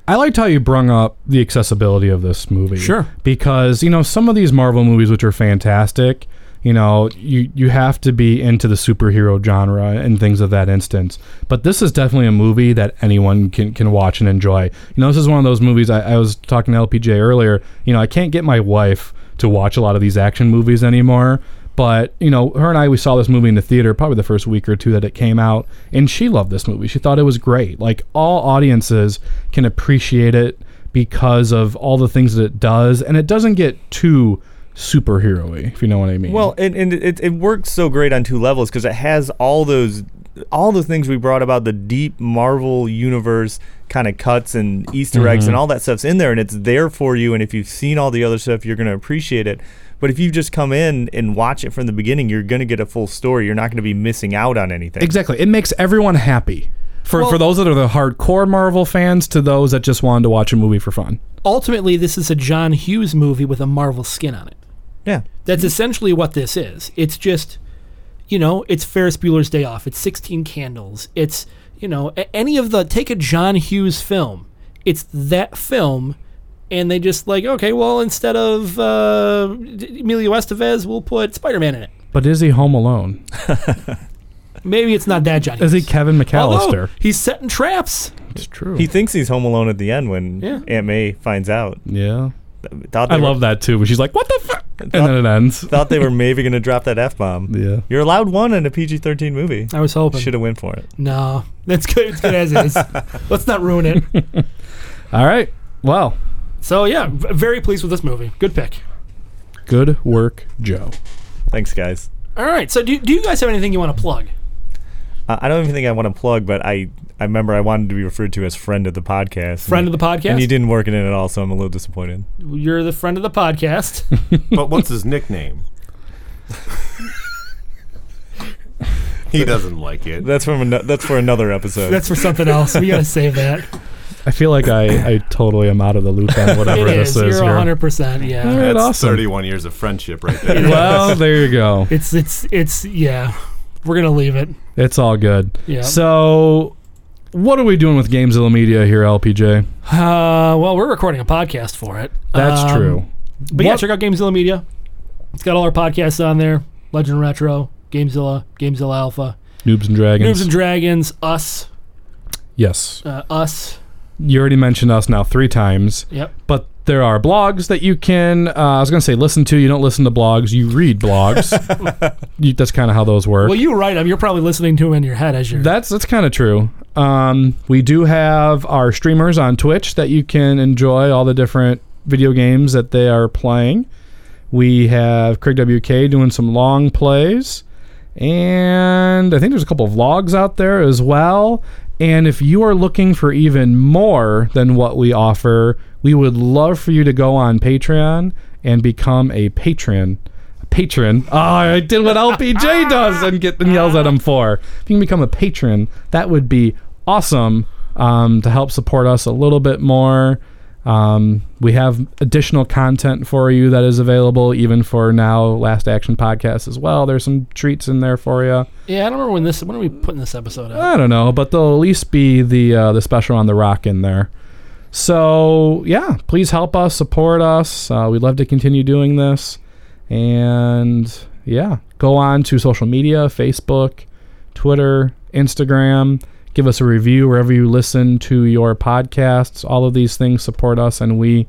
H: I liked how you brung up the accessibility of this movie.
I: Sure.
H: Because, you know, some of these Marvel movies, which are fantastic, you know, you, you have to be into the superhero genre and things of that instance. But this is definitely a movie that anyone can, can watch and enjoy. You know, this is one of those movies I, I was talking to LPJ earlier. You know, I can't get my wife to watch a lot of these action movies anymore. But you know, her and I we saw this movie in the theater probably the first week or two that it came out, and she loved this movie. She thought it was great. Like all audiences can appreciate it because of all the things that it does, and it doesn't get too superhero-y, if you know what I mean.
I: Well, and, and it, it works so great on two levels because it has all those all the things we brought about the deep Marvel universe kind of cuts and Easter eggs
B: Mhm.
H: Mm-hmm.
I: and all that stuff's in there and it's there for you and if you've seen all the other stuff you're going to appreciate it. But if you just come in and watch it from the beginning, you're going to get a full story. You're not going to be missing out on anything.
H: Exactly. It makes everyone happy. For for those that are the hardcore Marvel fans to those that just wanted to watch a movie for fun.
A: Ultimately, this is a John Hughes movie with a Marvel skin on it.
I: Yeah.
A: That's essentially what this is. It's just, you know, it's Ferris Bueller's Day Off. It's 16 Candles. It's, you know, a- any of the, take a John Hughes film. It's that film, and they just like, okay, well, instead of uh, D- Emilio Estevez, we'll put Spider Man in it.
H: But is he home alone?
A: Maybe it's not that John
H: Is
A: Hughes.
H: he Kevin
A: Although,
H: McAllister?
A: he's setting traps.
H: It's true.
I: He thinks he's home alone at the end when
A: Yeah.
I: Aunt May finds out.
H: yeah.
I: Thought they
H: I
I: were-
H: love that too, but she's like, "What the fuck?" And then it ends.
I: Thought they were maybe going to drop that f bomb.
H: Yeah.
I: You're allowed one in a PG-13 movie.
A: I was hoping.
I: Should have went for it.
A: No, that's good. It's good as is. Let's not ruin it.
H: All right. Well,
A: So yeah, v- very pleased with this movie. Good pick.
H: good work, Joe.
I: Thanks, guys.
A: All right. So do, do you guys have anything you want to plug?
I: I I don't even think I want to plug, but I, I remember I wanted to be referred to as friend of the podcast.
A: Friend of the podcast?
I: And you didn't work in it at all, so I'm a little disappointed.
A: You're the friend of the podcast.
K: But what's his nickname? he doesn't like it.
I: That's from ano- that's for another episode.
A: That's for something else. We gotta save that.
H: I feel like I, I totally am out of the loop on whatever
A: It
H: this
A: is.
H: is.
A: You're
H: here.
A: 100%, yeah.
H: All right,
K: That's
H: awesome.
K: 31 years of friendship right there.
H: Well, there you go.
A: It's it's it's yeah. We're gonna leave it.
H: It's all good.
A: Yeah.
H: So, what are we doing with Gamezilla Media here,
A: Uh,
H: LPJ?
A: well, we're recording a podcast for it.
H: That's
A: Um,
H: true.
A: But yeah, check out Gamezilla Media. It's got all our podcasts on there: Legend Retro, Gamezilla, Gamezilla Alpha,
H: Noobs and Dragons.
A: Noobs and Dragons, Us,
H: yes.
A: uh, Us.
H: You already mentioned us now three times.
A: Yep.
H: But there are blogs that you can. Uh, I was gonna say listen to. You don't listen to blogs. You read blogs. you, that's kind of how those work.
A: Well, you write them. You're probably listening to them in your head as you're.
H: That's that's kind of true. Um, we do have our streamers on Twitch that you can enjoy all the different video games that they are playing. We have Craig WK doing some long plays, and I think there's a couple of vlogs out there as well. And if you are looking for even more than what we offer, we would love for you to go on Patreon and become a patron patron. Oh, I did what LPJ does and get and yells at him for. If you can become a patron, that would be awesome um, to help support us a little bit more. Um, we have additional content for you that is available, even for now Last Action Podcast as well. There's some treats in there for you.
A: yeah, I don't remember when this. When are we putting this episode out?
H: I don't know, but there'll at least be the uh, the special on the rock in there. So yeah, please help us, support us. Uh, we'd love to continue doing this, and yeah, go on to social media: Facebook, Twitter, Instagram. Give us a review wherever you listen to your podcasts. All of these things support us, and we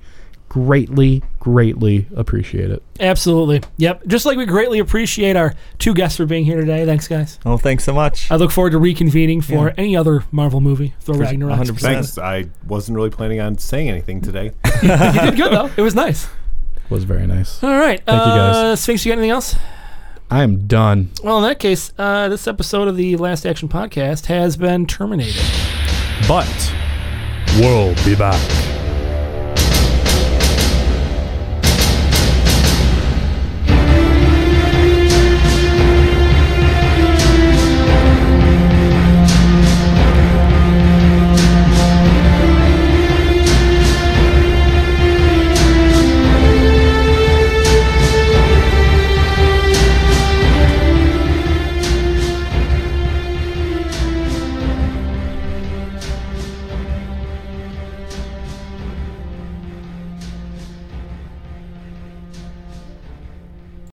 H: greatly, greatly appreciate it.
A: Absolutely. Yep. Just like we greatly appreciate our two guests for being here today. Thanks, guys.
I: Oh, thanks so much.
A: I look forward to reconvening for any other Marvel movie. Thor
I: For
A: Ragnarok.
I: 100%.
K: Thanks. I wasn't really planning on saying anything today.
A: you did good though. It was nice.
H: Was very nice.
A: All right.
H: Thank you, guys.
A: Uh, Sphinx, you got anything else?
H: I am done.
A: Well, in that case, uh, this episode of the Last Action Podcast has been terminated.
H: but we'll be back.